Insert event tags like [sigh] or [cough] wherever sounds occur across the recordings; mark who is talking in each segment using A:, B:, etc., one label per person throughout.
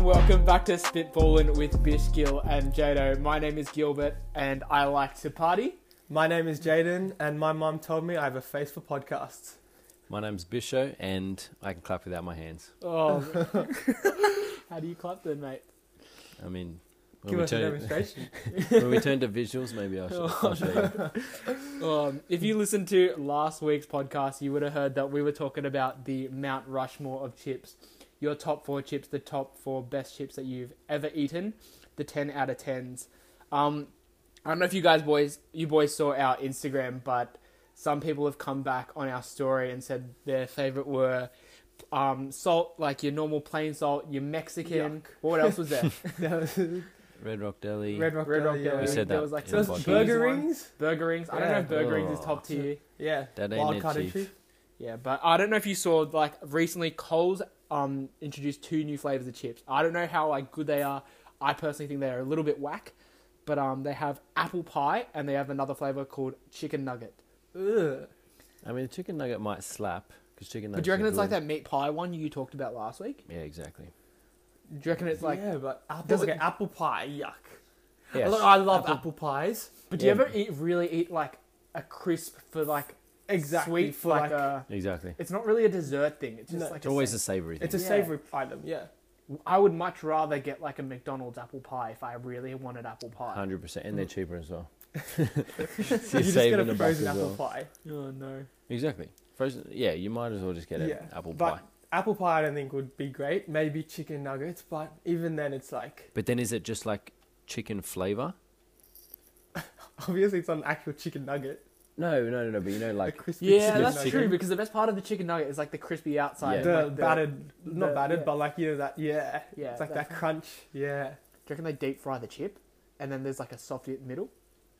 A: welcome back to Spitballing with Bish Gill and Jado. My name is Gilbert, and I like to party.
B: My name is Jaden, and my mum told me I have a face for podcasts.
C: My name's Bisho, and I can clap without my hands.
A: Oh, [laughs] how do you clap then, mate?
C: I mean, when
B: Give
C: we,
B: us a
C: turn, [laughs]
B: demonstration. [laughs]
C: when we turn to visuals, maybe I should. I'll show you.
A: Um, if you listened to last week's podcast, you would have heard that we were talking about the Mount Rushmore of chips. Your top four chips, the top four best chips that you've ever eaten, the ten out of tens. Um, I don't know if you guys boys, you boys saw our Instagram, but some people have come back on our story and said their favorite were um, salt, like your normal plain salt, your Mexican. What else was there?
B: That was-
C: Red Rock
B: [laughs]
C: Deli.
B: Red Rock
A: Red Rock
B: Deli,
A: Deli.
B: yeah.
C: we said
A: there
C: that.
A: was like
C: in
B: So
C: the
B: it's
A: some
C: podcast.
B: burger
A: cheese
B: rings?
A: Burger rings. I don't know if
B: Yeah.
A: burger rings is
C: Oh.
A: top tier.
B: Yeah.
C: That ain't
B: Wild
C: it,
B: card
C: Chief.
B: entry.
A: Yeah, but I don't know if you saw like recently Coles um introduced two new flavors of chips. I don't know how like good they are. I personally think they're a little bit whack, but um they have apple pie and they have another flavor called chicken nugget.
B: Ugh.
C: I mean, the chicken nugget might slap because chicken nugget.
A: but do you reckon it's like that meat pie one you talked about last week?
C: Yeah, exactly.
A: Do you reckon it's like?
B: yeah, but apple,
A: Does it-
B: okay, apple pie, yuck.
C: Yeah,
B: Look, I love apple, pies.
A: But do you
C: Yeah.
A: ever eat really eat like a crisp for like
B: Exactly.
A: sweet
B: for
A: for like, a?
C: exactly.
A: It's not really a dessert thing. It's just
B: No,
A: like
C: It's always
A: A,
C: a savoury thing.
B: it's a
A: Yeah.
B: savory item, yeah.
C: [laughs]
A: sa- I would much rather get like a McDonald's apple pie if I really wanted apple pie.
C: Hundred percent, and they're cheaper as well.
B: You're just
C: saving
B: gonna
C: the buck
B: frozen
C: as
B: apple
C: well.
B: pie.
A: Oh no.
C: Exactly. Frozen. Yeah, you might as well just get an
B: Yeah,
C: apple
B: but-
C: pie.
B: Apple pie, I don't think would be great. Maybe chicken nuggets, but even then, it's like [laughs]
C: But then, is it just like chicken flavour?
B: obviously it's not an actual chicken nugget.
C: No, no, no, no. But you
B: A
C: know, like
B: crispy
A: Yeah,
B: chicken
A: that's
B: nugget.
A: true because the best part of the chicken nugget is like the crispy outside.
C: Yeah.
B: the
A: like
B: battered, not
A: the-
B: battered,
A: yeah.
B: but like you know that, yeah,
A: Yeah,
B: it's like
A: that
B: that,
A: kind.
B: crunch, yeah.
A: Do you reckon they deep fry the chip, and then there's like a soft middle?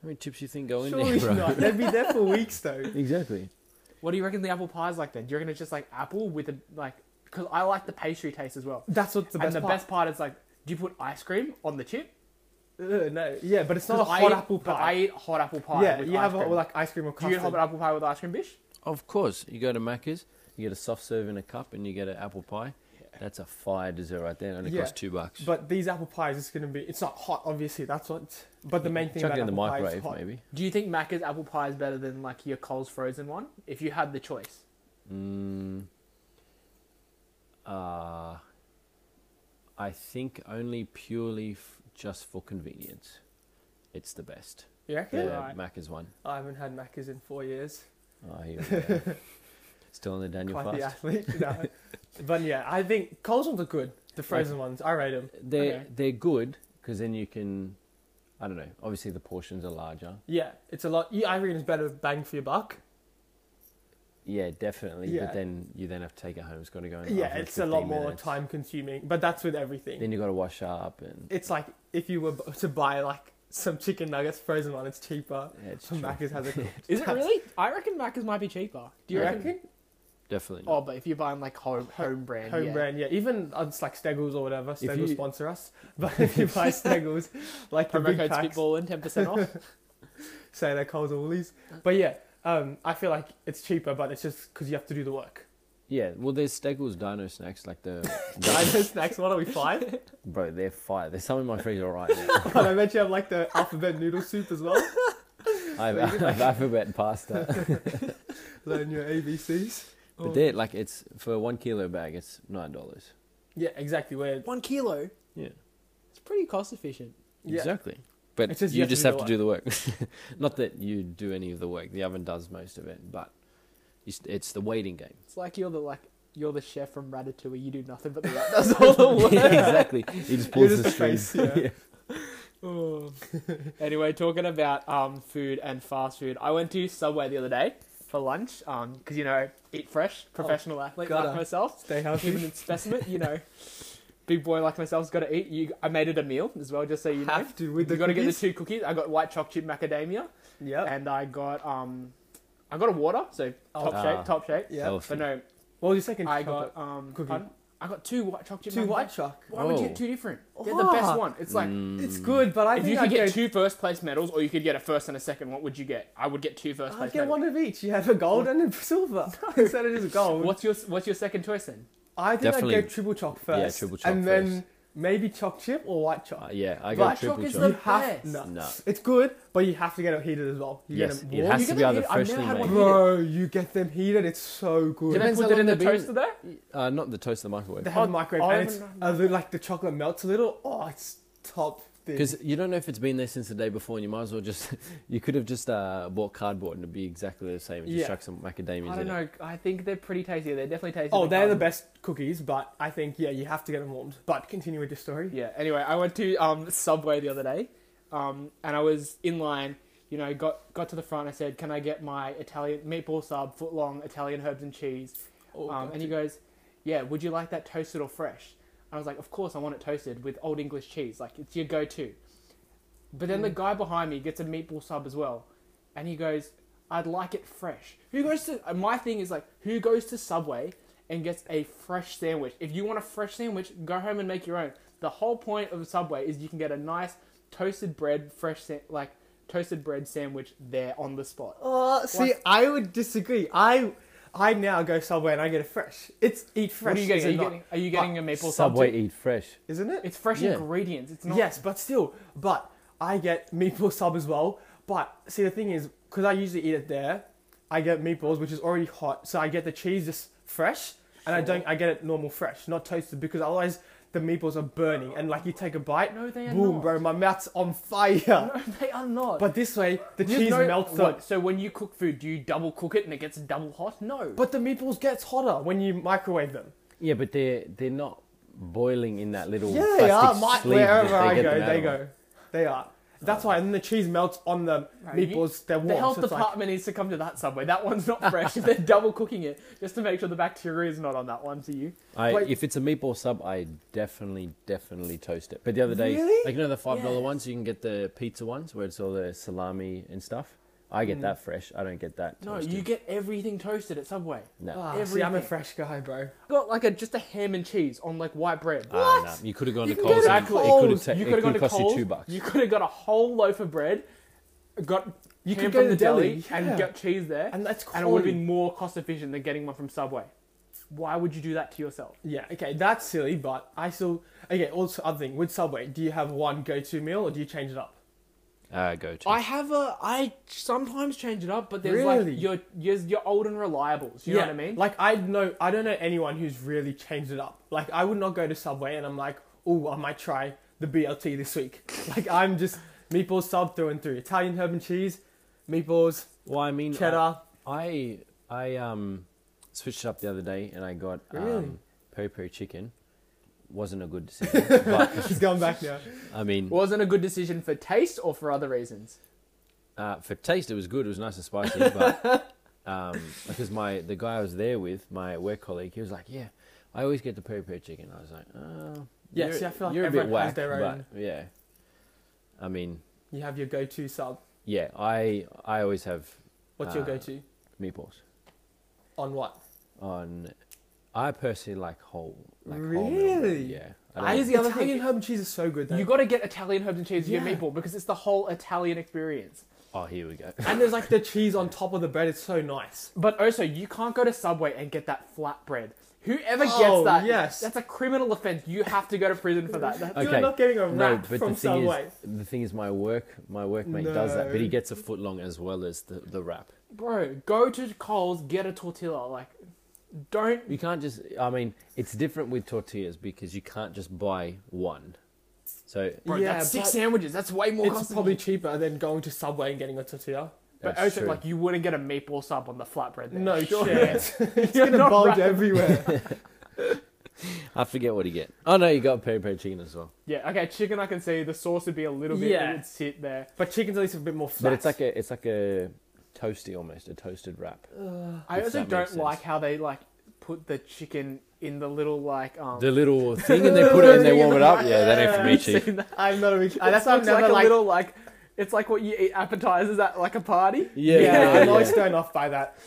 C: how many chips you think go in
B: Surely
C: there, [laughs] bro?
B: not. They'd be there for weeks though.
C: Exactly.
A: What do you reckon the apple pie is like then? Do you reckon it's just like apple with a like? Because I like the pastry taste as well.
B: That's what's the
A: and
B: best
A: the
B: part.
A: best part is like, do you put ice cream on the chip?
B: Ugh, Uh, no, yeah, but it's not a
A: 'Cause I
B: hot
A: eat-
B: apple
A: But I
B: pie.
A: eat hot apple pie.
B: yeah,
A: with
B: you
A: ice
B: have a,
A: cream.
B: like ice cream or
A: do
B: custard.
A: you have an apple pie with ice cream, Bish?
C: Of course, you go to Macca's, you get a soft serve in a cup, and you get an apple pie. That's a fire dessert right there. It only
B: Yeah.
C: costs two bucks.
B: but these apple pies, it's gonna be. It's not hot, obviously. That's what. But the main thing
C: Chuck
B: about
C: it in the
B: apple pie is
C: microwave,
B: hot.
C: maybe.
A: Do you think Macca's apple pie is better than like your Coles frozen one? If you had the choice,
C: Mm, uh, I think only purely f- just for convenience, it's the best.
B: You
C: The
B: reckon? Right.
C: Macca's one.
B: I haven't had Macca's in four years.
C: Oh, here we
B: [laughs]
C: go. Still on the Daniel
B: Quite
C: fast.
B: the athlete. No. but yeah, I think Coles ones are good. The frozen ones, I rate them.
C: They're
A: Okay.
C: they're good because then you can, I don't know. Obviously, the portions are larger.
B: Yeah, it's a lot. Yeah, I reckon it's better bang for your buck.
C: Yeah, definitely.
B: Yeah.
C: But then you then have to take it home. It's got to go. In the
B: Yeah,
C: oven
B: it's
C: for
B: a lot
C: 15
B: more
C: minutes.
B: time consuming, but that's with everything.
C: Then you got to wash up and.
B: it's like if you were b- to buy like some chicken nuggets frozen one, it's cheaper.
C: Yeah,
B: [laughs]
C: it's true.
B: Macca's
C: [laughs]
B: has a
A: is
B: [laughs]
A: it really? I reckon Macca's might be cheaper. Do you
C: I
A: reckon?
C: Definitely. not.
A: Oh, but if you're buying like home home brand,
B: home
A: yeah.
B: brand? Yeah, even uh, it's like Steggles or whatever. Steggles
C: you-
B: sponsor us, [laughs] but if you
C: [laughs]
B: buy Steggles, like the
A: Promo
B: big
A: code
B: packs,
A: Spitballin, ten percent off.
B: say they're Coles or Woolies. But yeah, um, I feel like it's cheaper, but it's just because you have to do the work.
C: Yeah, well, there's Steggles Dino Snacks, like the.
B: [laughs]
C: [laughs]
B: Dino snacks. What are we five?
C: Bro, they're fire. There's some in my
B: [laughs]
C: freezer right now.
B: but I bet you have like the alphabet noodle soup as well.
C: [laughs]
B: [laughs]
C: I have, [laughs] I have alphabet pasta.
B: Learn your ABCs.
C: But they're like, it's for a one kilo bag, it's $9.
B: Yeah, exactly. Where
A: [laughs] One kilo.
C: Yeah.
A: It's pretty cost efficient.
B: yeah,
C: Exactly. But
B: It's just
C: you,
B: you have to
C: just
B: do
C: have
B: the
C: to do the work. [laughs] Not that you do any of the work, the oven does most of it, but it's, it's the
B: [laughs]
C: waiting game.
A: It's like you're the like you're the chef from Ratatouille. You do nothing
B: [laughs]
A: but the rat does all the work.
C: Yeah, [laughs] exactly. He just pulls
B: just
C: the
B: the face,
C: strings. [laughs]
B: yeah.
A: [laughs] Oh. anyway, talking about um food and fast food, I went to Subway the other day for lunch. Um, because you know, eat fresh, professional athlete
B: Oh, gotta.
A: like myself,
B: stay healthy.
A: human specimen. You know, big boy like myself's got to eat. You, I made it a meal as well, just so [laughs] you know.
B: Have to with
A: You
B: the
A: got to get the
B: cookies.
A: two cookies. I got white chocolate chip macadamia,
B: Yep.
A: and I got um, I got a water. So top
C: Oh. Ah.
A: shape, top shape.
B: Yeah.
C: Healthy.
A: But [laughs] no,
B: What was your second
A: I
B: chocolate?
A: got um,
B: Cookie.
A: pardon? I got two white chocolate chip.
B: two
A: mac-
B: white chalk.
A: Why would you get
C: Oh.
A: two different? They're the best
B: Ah.
A: one. It's like
C: Mm,
B: It's good, but I
A: if
B: think
A: you
B: I'd
A: could get
B: go-
A: two first place medals, or you could get a first and a second. What would you get? I would get two first
B: I'd
A: place
B: get
A: medals.
B: one of each. You have a gold and
A: [laughs]
B: a silver instead of just gold.
A: What's your What's your second choice then?
B: I think I'd
C: Definitely.
B: go triple chalk first.
C: Yeah, triple chalk
B: and then maybe choc chip or white choc.
C: Uh, yeah, I
A: Black
C: got
A: chalk
C: triple
A: is
C: choc.
A: the
B: You have
A: best.
B: no.
C: No.
B: It's good, but you have to get it heated as well. You
C: Yes,
B: get
C: it
B: warm.
C: has
A: You
C: to
A: get
C: be
A: it
C: either
A: heated- I've
C: freshly
A: never had
C: made.
A: one
B: Bro, you get them heated. It's so good.
A: Did I
C: Depends
A: put
C: how
A: that
C: long
A: in the
C: they've been-
A: toaster though?
C: Uh, not the toaster, the microwave.
B: They have a
A: Oh,
B: microwave,
A: I
B: and it's
A: haven't-
B: a little, like the chocolate melts a little. Oh, it's top. thing.
C: Because you don't know if it's been there since the day before, and you might as well just. [laughs] You could have just uh, bought cardboard and it'd be exactly the same. and Just
B: Yeah.
C: chuck some macadamias
A: I don't
C: in it.
A: know. I think they're pretty tasty. They're definitely tasty.
B: Oh, they're the
A: carbon.
B: best cookies, but I think yeah, you have to get them warmed. But continue with your story.
A: Yeah. Anyway, I went to um, Subway the other day, um, and I was in line. You know, got got to the front. I said, "Can I get my Italian meatball sub, foot long, Italian herbs and cheese?"
B: Oh,
A: um,
B: God.
A: and he goes, "Yeah, would you like that toasted or fresh?" I was like, "Of course, I want it toasted with old English cheese. Like it's your go-to." But then the guy behind me gets a meatball sub as well, and he goes, "I'd like it fresh." Who goes to uh, my thing is like, who goes to Subway and gets a fresh sandwich? If you want a fresh sandwich, go home and make your own. The whole point of Subway is you can get a nice toasted bread, fresh sa- like toasted bread sandwich there on the spot.
B: Oh, see, I would disagree. I I now go Subway and I get it fresh. It's eat fresh.
A: what are you getting?
B: is
A: Are
B: it
A: you
B: not?
A: getting, are you getting a maple
C: Subway
A: sub? too?
C: eat fresh.
B: Isn't it?
A: It's fresh
C: Yeah.
A: ingredients. It's not.
B: Yes, but still, but I get meatball sub as well. But see, the thing is, because I usually eat it there, I get meatballs which is already hot, so I get the cheese just fresh, and I
A: Sure.
B: don't, I get it normal fresh, not toasted, because otherwise the meatballs are burning, and like you take a bite,
A: No, they are
B: boom,
A: not.
B: bro, my mouth's on fire.
A: No, [laughs] they are not.
B: But this way, the
A: There's
B: cheese
A: no-
B: melts
A: what,
B: up.
A: So when you cook food, do you double cook it and it gets double hot? No.
B: But the meatballs gets hotter when you microwave them.
C: Yeah, but they're they're not boiling in that little
B: Yeah, they
C: plastic
B: are. My,
C: sleeve that
B: wherever I
C: they get
B: go,
C: them out
B: they
C: of.
B: go. They are. That's why, and the cheese melts on the
A: Right, you-
B: meatballs. They're warm.
A: the health
B: so it's like-
A: department needs to come to that subway. That one's not
B: [laughs]
A: fresh. if they're double cooking it, just to make sure the bacteria is not on that one to you.
C: I,
B: Wait.
C: if it's a meatball sub, I definitely, definitely toast it. But the other day,
B: Really?
C: like you know the five dollar
A: Yes.
C: ones, you can get the pizza ones where it's all the salami and stuff. I get that fresh. I don't get that.
A: Mm. No,
C: toasted.
A: you get everything toasted at Subway.
C: no.
B: Ah, see, I'm a
A: Everything.
B: fresh guy, bro.
A: Got like a just a ham and cheese on like white bread.
C: Ah, no. You could have gone
B: You
C: to
B: can get
C: Coles.
B: it
C: and
B: at
C: It
B: Coles.
C: could have ta-
A: you
C: it
A: could have gone
C: could
A: to
C: cost
A: Coles.
C: you two bucks.
A: You could have got a whole loaf of bread. Got
B: You
A: ham
B: could
A: from
B: go to
A: the deli,
B: deli,
A: and
B: yeah.
A: got cheese there,
B: And that's
A: and it would have
B: quality.
A: been more cost efficient than getting one from Subway. Why would you do that to yourself?
B: Yeah, okay, that's silly, but I still okay. Also, other thing with Subway, do you have one go-to meal or do you change it up?
C: Ah, go to.
A: I have a. I sometimes change it up, but there's
B: Really?
A: like your your your old and reliables. You know what I mean?
B: Like I know, I don't know anyone who's really changed it up. Like I would not go to Subway and I'm like, oh, I might try the BLT this week. [laughs] like I'm just meatball sub through and through, Italian herb and cheese, meatballs,
C: well, I
A: Mm,
C: mean, I,
B: cheddar.
C: I I, um switched it up the other day and I got
B: Really?
C: um, peri peri chicken. Wasn't
A: [laughs]
C: a good decision, but
B: [laughs] She's going back now.
C: I mean,
A: wasn't a good decision for taste or for other reasons.
C: Uh, for taste, it was good. It was nice and spicy, but
B: [laughs]
C: um, because my the guy I was there with, my work colleague, he was like, "Yeah, I always get the peri peri chicken." I was like, "Oh,
B: Yeah,
C: you're-
B: see, I feel like
C: you're a bit
B: everyone has
C: whack,
B: their
C: but
B: own-
C: yeah." I mean,
B: You have your go-to sub.
C: yeah, I I always have
B: What's your
C: Uh,
B: go-to
C: meatballs
B: on what?
C: on. I personally like whole, like whole meal,
B: Really?
C: yeah.
A: I
C: don't-
A: Here's the other thing.
B: Italian herb and cheese is so good. Though.
A: You got to get Italian herbs and cheese with
B: Yeah.
A: your meatball because it's the whole Italian experience.
C: oh, here we
B: [laughs]
C: go.
B: and there's like the cheese on top of the bread. It's so nice.
A: But also, you can't go to Subway and get that flat bread. Whoever gets
B: Oh,
A: that,
B: yes.
A: that's a criminal offense. You have to go to prison for [laughs] that. That's,
C: Okay.
B: You're not getting a
C: No,
B: wrap
C: but
B: from
C: the thing
B: Subway.
C: is, the thing is, my work, my workmate does that, but he
B: No.
C: gets a foot long as well as the the wrap.
A: bro, go to Coles, get a tortilla. Like, don't.
C: You can't just. I mean, it's different with tortillas because you can't just buy one. So
A: Bro,
B: Yeah,
A: that's six
B: but
A: sandwiches. That's way more.
B: It's
A: cost
B: probably cheaper than going to Subway and getting a tortilla.
A: But
C: That's
A: also,
C: true.
A: like, you wouldn't get a maple sub on the flatbread. There.
B: No
A: Sure.
B: chance. [laughs] it's
A: You're
B: gonna
A: not
B: bulge
A: wrapping-
B: everywhere.
C: I forget what you get. Oh no, you got peri peri chicken as well.
A: [laughs] Yeah. Okay. Chicken, I can see the sauce would be a little bit.
B: Yeah.
A: It would sit there.
B: [laughs] but chicken's at least a bit more flat.
C: But it's like a it's like a toasty almost a toasted wrap.
A: I
C: If
A: also
C: that
A: don't
C: makes
A: like
C: sense.
A: how they like put the chicken in the little like
B: Oh.
A: um.
C: The [laughs] little thing and they put it and they warm it up. Yeah, that ain't
B: [laughs]
C: for me,
A: You've
C: chief.
A: seen that?
B: I'm not a big.
A: Uh,
B: that's why I've
A: like
B: never
A: a
B: like.
A: little like. It's like what you eat appetizers at like a party.
C: Yeah,
B: yeah,
C: yeah,
A: [laughs]
C: yeah,
B: I'm always
C: yeah.
B: thrown off by that.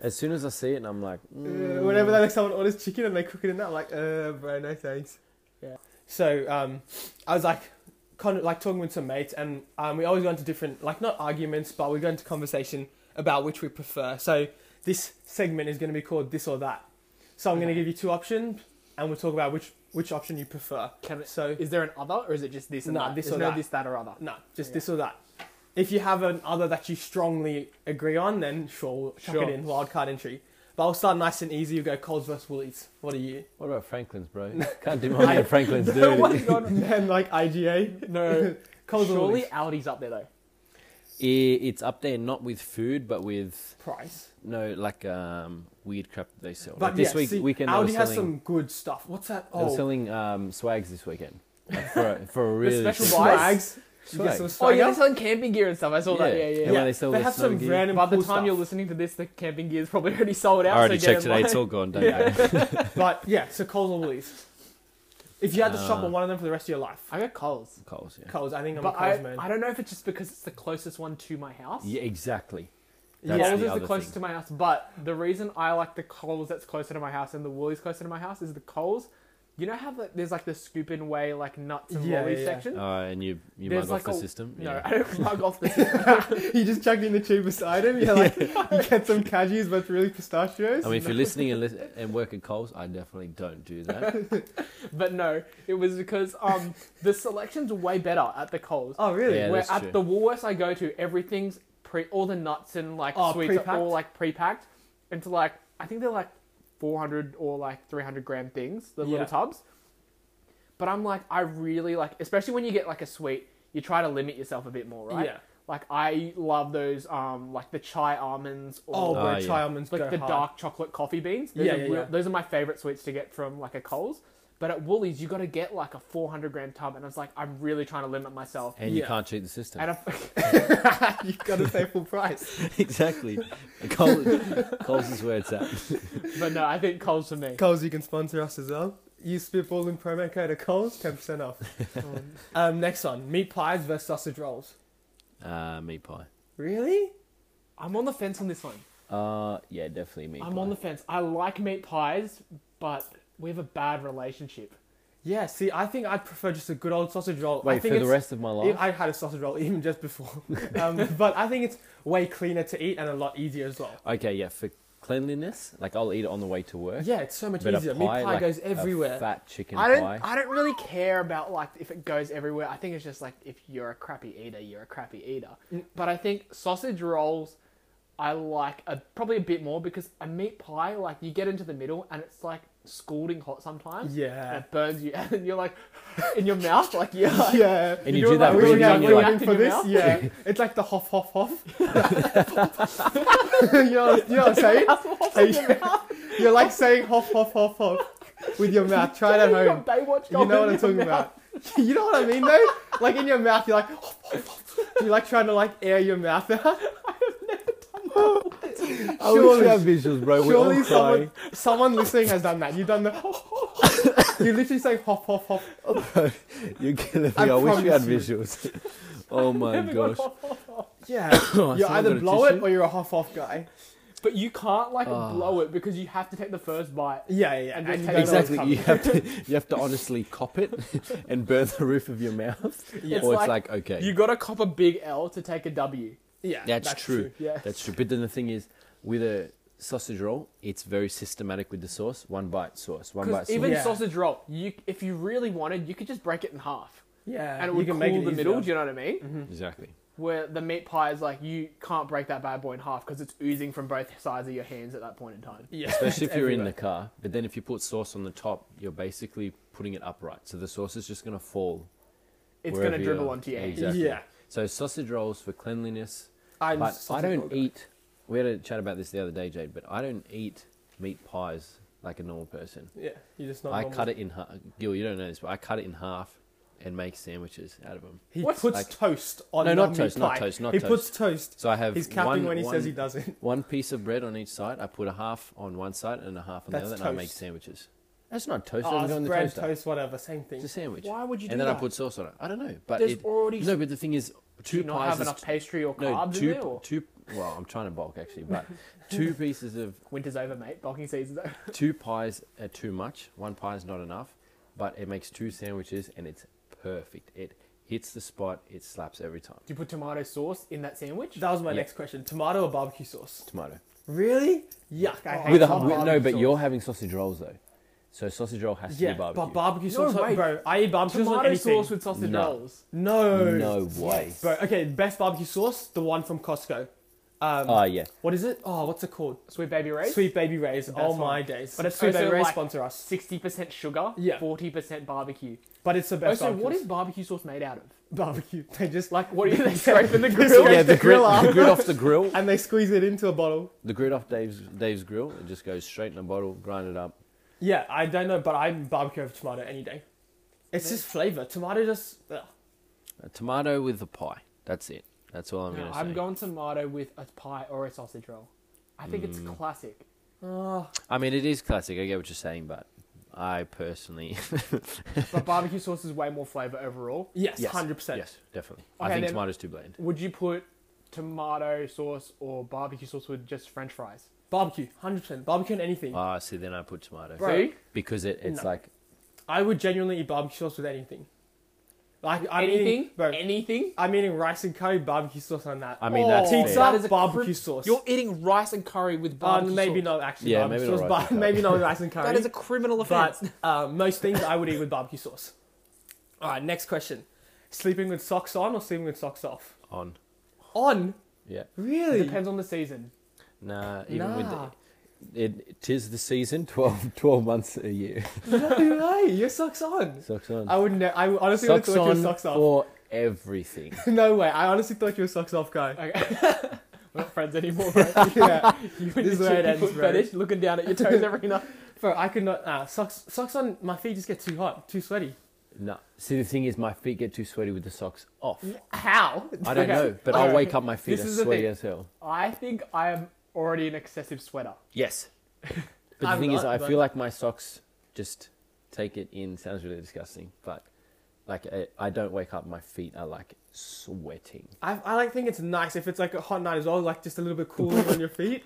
C: As soon as I see it, and I'm like,
B: Uh,
C: mm.
B: whenever like someone orders chicken and they cook it in that, I'm like, uh, bro, no thanks.
A: Yeah.
B: So um, I was like, kind of like talking with some mates, and um, we always go into different, like not arguments, but we go into conversation about which we prefer. So this segment is going to be called this or that. So I'm going to
A: Okay.
B: give you two options, and we'll talk about which which option you prefer.
A: Can it,
B: So
A: is there an other, or is it just this and
B: Nah,
A: that?
B: this
A: There's
B: or
A: no
B: that.
A: this, that, or other.
B: no, just
A: Yeah.
B: this or that. If you have an other that you strongly agree on, then sure, we'll chuck
A: Sure.
B: it in wildcard entry. But I'll start nice and easy. You go Coles versus Woolies. What are
C: [laughs]
B: you?
C: What about Franklin's,
B: [laughs]
C: bro? Can't demand what Franklin's
A: No
C: doing.
A: one's [laughs] gone-
B: then like
A: [laughs]
B: IGA.
A: No,
B: Coles or
A: surely
B: Woolies?
A: Aldi's up there though.
C: I- It's up there not with food, but with
B: Price.
C: no like um, weird crap that they sell.
B: But
C: Like, this
B: yeah,
C: week
B: see,
C: weekend
B: Audi
C: they were
B: has
C: selling,
B: some good stuff. What's that?
C: they were
B: Oh,
C: selling um, swags this weekend Like, for a, for a really
A: special
C: cheap-
A: buys?
B: swags. You get
C: Swag.
B: some
A: Oh
B: swag
A: yeah,
B: out.
A: they're selling camping gear and stuff. I saw that. Yeah, yeah.
C: And
A: yeah.
C: when they sell
B: they
C: the
B: have
C: snow
B: some
C: gear.
B: random.
A: By the
B: cool
A: time you're
B: stuff.
A: listening to this, the camping gear's probably [laughs] already sold out.
C: I already
A: so
C: checked
A: get
C: today.
A: online. [laughs]
C: It's all gone. Don't
B: Yeah.
C: go.
B: but yeah, so Coles or Woolies. If you had to shop
C: Uh,
B: on one of them for the rest of your life,
A: I got Coles,
C: Coles, yeah.
B: Coles. I think I'm
A: but
B: a Coles
A: I,
B: man.
A: I don't know if it's just because it's the closest one to my house.
C: Yeah, exactly.
A: Coles
C: That's
A: is
C: the
A: the
C: other
A: closest
C: thing.
A: to my house, but the reason I like the Coles that's closer to my house and the Woolies closer to my house is the Coles. You know how the, there's like the scoop and way like nuts and
B: Yeah,
A: lollies
B: yeah, yeah.
A: section?
C: Uh, and you you
A: There's
C: mug
A: like
C: off the
A: a-
C: system.
A: No,
C: yeah.
A: [laughs] I don't mug off
B: [laughs]
A: the.
B: you just chucked in the cheapest item. You're like, you get some cashews, but it's really pistachios.
C: I mean, if you're listening and, lis- and work at Coles, I definitely don't do that.
A: but no, it was because um the selection's way better at the Coles.
B: oh really?
C: Yeah.
A: Where
C: that's
A: at
C: true.
A: the Woolworths I go to, everything's pre, all the nuts and like
B: Oh,
A: sweets
B: pre-packed?
A: are all like pre-packed into like I think they're like 400 or like 300 gram things, the
B: Yeah.
A: little tubs. But I'm like, I really like, especially when you get like a sweet, you try to limit yourself a bit more, right?
B: Yeah.
A: Like I love those, um, like the chai almonds
B: Oh,
A: or
B: bro,
C: Ah, yeah.
B: chai almonds
A: like
B: go
A: the
B: hard.
A: dark chocolate coffee beans. Those
B: Yeah,
A: are
B: yeah,
A: real-
B: yeah.
A: Those are my favorite sweets to get from like a Coles. But at Woolies, you got to get like a 400 gram tub, and I was like, I'm really trying to limit myself.
C: And
B: Yeah.
C: you can't cheat the system.
A: And I, [laughs]
B: you [laughs] gotta pay full price.
C: [laughs] exactly. Coles, Coles is where it's at.
A: But no, I think Coles for me.
B: Coles, you can sponsor us as well. Use spitball in promo code at Coles, ten percent
C: [laughs]
B: off.
A: Um,
B: Um, next one, meat pies versus sausage rolls.
C: Uh, meat pie.
B: Really?
A: I'm on the fence on this one.
C: Uh, yeah, definitely meat
A: I'm
C: pie.
A: on the fence. I like meat pies, but we have a bad relationship.
B: Yeah. See, I think I'd prefer just a good old sausage roll. I
C: Wait,
B: think
C: for the
B: it's-
C: rest of my life?
B: I had a sausage roll [laughs] even just
C: [laughs]
B: before, um, but I think it's way cleaner to eat and a lot easier as well.
C: okay, yeah, for cleanliness, like I'll eat it on the way to work.
B: Yeah, it's so much
C: But a
B: easier. Meat pie
C: like
B: goes
C: a
B: everywhere.
C: fat chicken
A: I don't.
C: pie.
A: I don't really care about like if it goes everywhere. I think it's just like if you're a crappy eater, you're a crappy eater.
B: Mm.
A: But I think sausage rolls, I like a, probably a bit more because a meat pie, like you get into the middle and it's like scalding hot sometimes. And
B: yeah.
A: it burns you, [laughs] and you're like in your mouth, like yeah.
B: [laughs] Yeah.
C: And you do that
B: we
C: really
B: were
C: young, you're
B: going
A: like-
B: for this.
A: In
B: Yeah, it's like the hoff hoff hoff.
C: [laughs]
B: [laughs] you, know, you know what I'm saying? Are you, you're like saying hoff hoff hoff hoff with your mouth. Try it at
A: You've
B: [laughs] home.
A: got Baywatch
B: You
A: going
B: know what
A: in
B: I'm
A: your mouth.
B: talking about. [laughs] You know what I mean though? Like in your mouth, you're like hoff hoff hoff. You're like trying to like air your mouth out. [laughs]
C: I wish we
B: Surely-
C: had visuals, bro. We're all
B: Surely
C: crying.
B: someone, someone listening has done that. You've done the. you literally say hop, hop, hop.
C: You're killing me.
B: I
C: I, wish we had
B: promise
C: visuals. [laughs] oh my
A: Never got
C: gosh. [coughs]
B: Yeah.
C: Someone
B: You either
C: got a
B: blow it
C: tissue?
B: or you're a hop, hop guy.
A: But you can't like
C: Ah.
A: blow it because you have to take the first bite.
B: Yeah, yeah, yeah.
A: And then
B: And
A: you go
B: you don't know what's
C: Exactly.
B: coming.
C: You have to you have to honestly cop it [laughs] and burn the roof of
B: [laughs]
C: your mouth.
B: Yeah.
A: It's
C: or it's
A: like
C: like, okay.
A: You gotta cop a big L to take a W.
B: Yeah,
C: That's true.
A: Yeah.
C: That's true. But then the thing is, with a sausage roll, it's very systematic with the sauce. One bite sauce, one bite
A: Because
C: sauce.
A: even
B: Yeah.
A: sausage roll, you if you really wanted, you could just break it in half,
B: Yeah,
A: and it would
B: you can
A: cool
B: make it
A: the
B: easier. Mm-hmm.
A: middle. Do you know what I mean?
C: exactly.
A: Where the meat pie is like you can't break that bad boy in half because it's oozing from both sides of your hands at that point in time.
B: [laughs] Yeah,
C: Especially if
B: it's
C: you're in the
B: everywhere.
C: car. But then if you put sauce on the top, you're basically putting it upright. So the sauce is just going to fall.
A: It's
C: wherever
A: gonna
C: you
A: dribble
C: are.
A: onto your hands.
C: Exactly.
B: Yeah,
C: So sausage rolls for cleanliness.
B: [laughs] I'm
C: but
B: such
C: I
B: a
C: don't
B: dog.
C: eat. We had a chat about this the other day, Jade. But I don't eat meat pies like a normal person.
B: Yeah, you're just not.
C: I
B: normal.
C: cut it in half. Gil, you don't know this, but I cut it in half and make sandwiches out of them.
B: He
A: What?
B: puts
C: Like-
B: toast on.
C: No,
B: the
C: not
B: meat
C: toast, not
B: pie.
C: toast, not
B: he
C: toast.
B: puts toast.
C: So I have
B: He's capping
C: one-
B: when he
C: one-
B: says he
C: [laughs]
B: doesn't.
C: One piece of bread on each side. I put a half on one side and a half on
B: That's
C: the other, and I make
B: toast.
C: sandwiches. That's not toast.
B: Oh,
C: doesn't
B: it's
C: go in the
B: bread,
C: toaster.
B: toast, whatever, same
C: It's
B: thing.
C: a sandwich.
A: Why would you do
C: and then
A: that?
C: I put sauce on it. I don't know, but
A: There's
C: it,
A: already
C: no. But the thing is,
A: do
C: two
A: you not
C: pies.
A: have
C: is-
A: enough pastry or
C: no,
A: carbs in there.
C: two,
A: Or?
C: two. Well, I'm trying to bulk actually, but two pieces of
A: Winter's over, mate. Bulking season's over.
C: two pies are too much. One pie is not enough, but it makes two sandwiches, and it's perfect. It hits the spot. It slaps every time.
A: Do you put tomato sauce in that sandwich?
B: That was my
C: Yeah.
B: next question: tomato or barbecue sauce?
C: Tomato.
B: Really? Yuck! I hate
C: With a,
B: tomato.
C: with, no, but
B: sauce.
C: you're having sausage rolls though. So sausage roll has to
B: yeah,
C: be barbecue.
B: but barbecue
A: No
B: sauce,
A: way.
B: bro. I eat barbecue sauce on
A: Tomato
B: anything.
A: sauce with sausage
C: No.
A: rolls.
B: no,
C: no way. Ah,
B: bro. Okay, best barbecue sauce, the one from Costco. Um,
C: Ah, yeah.
B: what is it? Oh, what's it called?
A: Sweet baby rays.
B: Sweet Baby Ray's.
A: That's
B: oh one.
A: one.
B: my days.
A: But
B: But
A: it's
B: if Sweet
A: also
B: Baby Ray
A: like-
B: sponsor us,
A: Sixty percent sugar.
B: Yeah.
A: Forty percent barbecue.
B: but it's the best.
A: also, what
B: barbecue
A: is barbecue sauce made out of?
B: barbecue? They just
A: Like,
B: [laughs]
A: what are you they scrape in the grill?
C: yeah, the,
B: the grill
C: grill,
B: off.
C: the grid off the grill.
B: and they squeeze it into a bottle.
C: The grid off Dave's Dave's grill. It just goes straight in a bottle, grind it up.
B: Yeah, I don't know, but I'm barbecue over tomato any day. It's just flavor. Tomato just. Ugh.
C: A tomato with the pie. That's it. That's all I'm
A: No,
C: gonna
A: I'm
C: say.
A: going tomato with a pie or a sausage roll. I think it's
C: Mm.
A: classic. Ah,
B: [laughs] Oh,
C: I mean, it is classic. I get what you're saying, but I personally, [laughs]
A: But barbecue sauce is way more flavor overall.
B: yes,
C: Yes,
B: hundred percent.
C: yes, definitely.
A: Okay,
C: I think
A: then-
C: tomato's too bland.
A: Would you put tomato sauce or barbecue sauce with just french fries?
B: Barbecue, hundred percent. Barbecue on anything.
C: Ah, see, then I put tomato
B: Bro.
A: See?
C: because it, it's
B: No.
C: like
B: I would genuinely eat barbecue sauce with anything. Like I'm
A: anything?
B: eating, bro.
A: anything?
B: I'm eating rice and curry, barbecue sauce on that.
C: I mean
A: Oh,
C: that's
A: Teague Sutton.
C: fair.
B: Pizza,
A: That is a
B: barbecue
A: crim-
B: sauce.
A: You're eating rice and curry with
B: Uh,
A: barbecue
B: maybe
A: sauce.
B: not actually
C: Yeah,
B: barbecue
C: maybe not
B: sauce,
C: rice
B: but
C: and curry.
B: maybe
C: [laughs]
B: not rice and curry.
A: That is a criminal offense.
B: but uh, most things I would eat with barbecue sauce. All right, next question: Sleeping with socks on or sleeping with socks off?
C: on.
B: On,
C: Yeah,
A: It
B: really?
A: depends on the season.
C: nah. Even with
B: Nah. [laughs]
C: the, it, tis the season, [laughs] 12, 12 months a year. [laughs]
B: no way, your socks on.
C: Socks on.
B: I would. Ne- I would- honestly would
C: socks
B: have thought you
C: on
B: were socks off.
C: for everything.
B: [laughs] no way. I honestly thought you were socks off guy.
A: Okay. [laughs] We're not friends anymore, bro.
B: [laughs] yeah,
A: [laughs] You and
B: This is
A: your
B: where it
A: cheeky
B: ends,
A: foot
B: bro.
A: fetish looking down at your toes every night.
B: [laughs] bro. I could not. Uh, socks. Socks on. My feet just get too hot, too sweaty.
C: no. See, the thing is, my feet get too sweaty with the socks off.
A: How?
C: I don't
A: Okay.
C: know, but
A: All
C: I'll
A: right.
C: wake up. My feet
A: This
C: are
A: is the
C: sweaty
A: thing.
C: as hell.
A: I think I am already an excessive sweater.
C: [laughs] Yes. But the
B: I'm
C: thing is,
B: not,
C: I
B: but-
C: feel like my socks just take it in. Sounds really disgusting, but like I, I don't wake up. My feet are like sweating.
B: I, I like think it's nice if it's like a hot night as well, like just a little bit cooler on
A: [laughs]
B: your feet.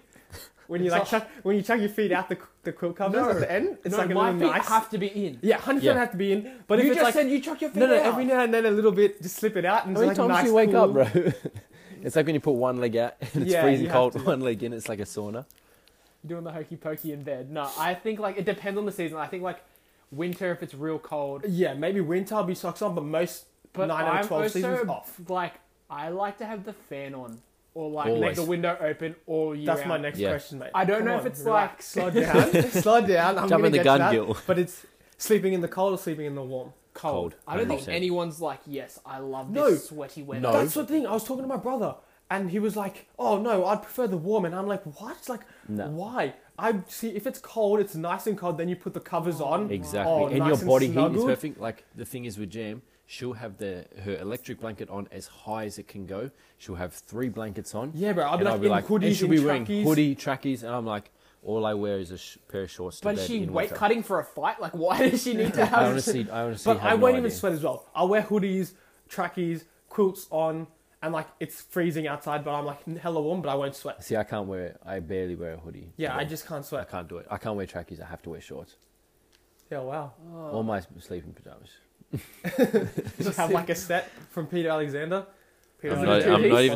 B: When you
A: It's
B: like
A: not-
B: chuck, when you chuck your feet out the the quilt covers
A: No.
B: at the end, it's
A: no,
B: like a
A: my
B: little
A: feet
B: nice.
A: have to be in.
B: yeah, hundred
C: Yeah.
B: percent have to be in. But
A: you
B: if it's
A: just
B: like
A: said you chuck your feet
B: no, no,
A: out.
B: every now and then a little bit, just slip it out and
C: How
B: it's like
C: many times
B: nice.
C: do you wake up,
B: cool-
C: bro? [laughs] it's like when you put one leg out and it's
B: Yeah,
C: freezing
B: you have
C: cold.
B: to.
C: One leg in, it's like a sauna.
A: doing the hokey pokey in bed. No, I think like it depends on the season. I think like winter if it's real cold.
B: Yeah, maybe winter I'll be socks on, but most
A: But
B: nine
A: I'm
B: out of twelve
A: also
B: seasons off.
A: like I like to have the fan on or like let
C: Always.
A: the window open all year
B: That's my
A: round.
B: next
C: Yeah.
B: question, mate.
A: I don't
B: Come
A: know if
B: on,
A: it's
B: relax. slow
A: [laughs]
B: down, slow down. I'm
C: Jump in
B: gonna
C: the
B: get to
C: gun,
B: that.
C: [laughs] Gil.
B: But it's sleeping in the cold or sleeping in the warm.
A: cold.
C: Cold,
A: I don't think
C: 100%.
A: anyone's like yes, I love this
B: No.
A: sweaty weather.
C: No.
B: That's the thing. I was talking to my brother, and he was like, "Oh no, I'd prefer the warm." And I'm like, "What? Like,
C: No.
B: why? I see if it's cold, it's nice and cold. Then you put the covers on.
C: Exactly.
B: Oh,
C: and
B: nice
C: your body heat is
B: snuggled.
C: perfect. Like the thing is with Jam, she'll have the her electric blanket on as high as it can go. She'll have three blankets on.
B: Yeah, bro. I'll be
C: and
B: like
C: I'll be
B: in
C: like,
B: hoodies,
C: and she'll
B: in
C: be wearing
B: trackies.
C: hoodie trackies, and I'm like, all I wear is a sh- pair of shorts. To
A: But
C: bed
A: is she
C: in
A: weight
C: winter.
A: cutting for a fight? Like why does she
B: [laughs]
A: need to
C: I
A: have
C: honestly, I honestly,
B: But
C: have
B: I
C: no
B: won't even
C: idea.
B: sweat as well. I'll wear hoodies, trackies, quilts on, and like it's freezing outside, but I'm like hella warm, but I won't sweat.
C: See, I can't wear. it. I barely wear a hoodie.
B: Yeah,
C: at
B: I
C: all.
B: just can't
C: I
B: sweat.
C: can't do it. I can't wear trackies. I have to wear shorts.
B: Yeah, wow.
A: Oh,
B: [laughs]
C: All my sleeping pajamas.
B: Just have like a set from Peter Alexander. Peter
A: I'm not- I'm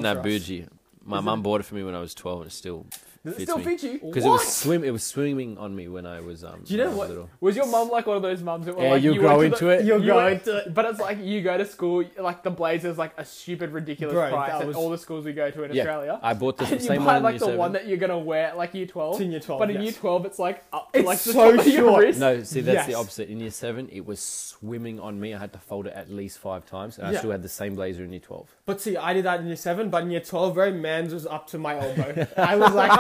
A: not
B: Sponsor us.
C: My mum bought it for me when I was 12, and it still
A: Does [laughs] it still fit you?
C: Because it was swim, it was swimming on me when I was um.
B: Do you know
C: when I was
B: what-
C: Little.
A: Was your mum like one of those mums that were
C: Yeah,
A: like
C: you
A: went
C: grow
A: to
C: into
A: the-
C: it.
B: You'll
A: You [laughs]
B: grow
A: went to- but it's like you go to school, like the blazer's like a stupid, ridiculous
B: Bro,
A: price
B: that
A: at
B: was-
A: all the schools we go to in
C: Yeah,
A: Australia.
C: [laughs] I bought the
A: And [laughs] you
C: same
A: buy
C: one.
A: like
C: in
A: the
C: year
A: one
C: seven.
A: that you're gonna wear at, like year twelve.
B: It's in year 12,
A: But in
B: yes.
A: year twelve, it's like up to,
B: It's
A: like the
B: so
A: top of your
B: short.
A: wrist. [laughs]
C: No, see, that's the
B: Yes.
C: opposite. In year seven, it was swimming on me. I had to fold it at least five times, and I
B: Yeah.
C: still had the same blazer in year twelve.
B: But see, I did that in year seven, but in year twelve, bro, man's was up to my elbow. I was like,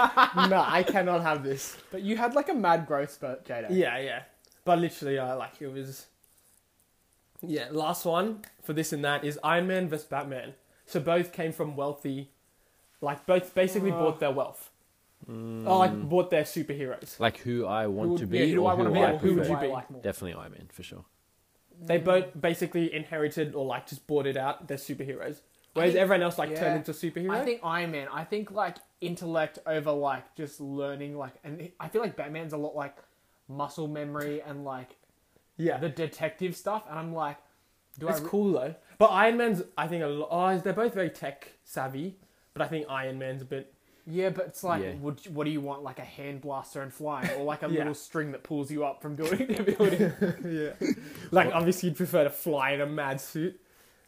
B: no, I cannot have this.
A: But you had like a mad growth spurt, Jada.
B: Yeah, yeah. But literally, I like it was. Yeah, last one for this and that is Iron Man versus Batman. So both came from wealthy, like both basically
A: Uh.
B: bought their wealth, or
A: Hmm.
B: like bought their superheroes.
C: Like who I want
A: Who-
C: to be,
A: yeah, who do
C: or
A: I
C: who
A: want to
C: I,
A: be,
B: or
A: who would
C: prefer.
A: you
B: prefer.
A: be? Like more?
C: Definitely Iron Man for sure.
A: Hmm.
B: They both basically inherited or like just bought it out. They're superheroes, whereas
A: think-
B: everyone else like
A: yeah.
B: turned into superhero.
A: I think Iron Man. I think like intellect over like just learning. Like, and I feel like Batman's a lot like muscle memory and like
B: yeah,
A: the detective stuff. And I'm like, do
B: it's
A: I? re-
B: cool though.
A: [laughs]
B: But Iron Man's, I think, a lot. Oh, they're both very tech savvy, but I think Iron Man's a bit
A: Yeah, but it's like,
C: Yeah.
A: would what do you want? Like a hand blaster and flying, or
C: [laughs]
A: like a
B: Yeah.
A: little string that pulls you up from [laughs] building to building?
B: yeah. [laughs] Like obviously you'd prefer to fly in a mad suit.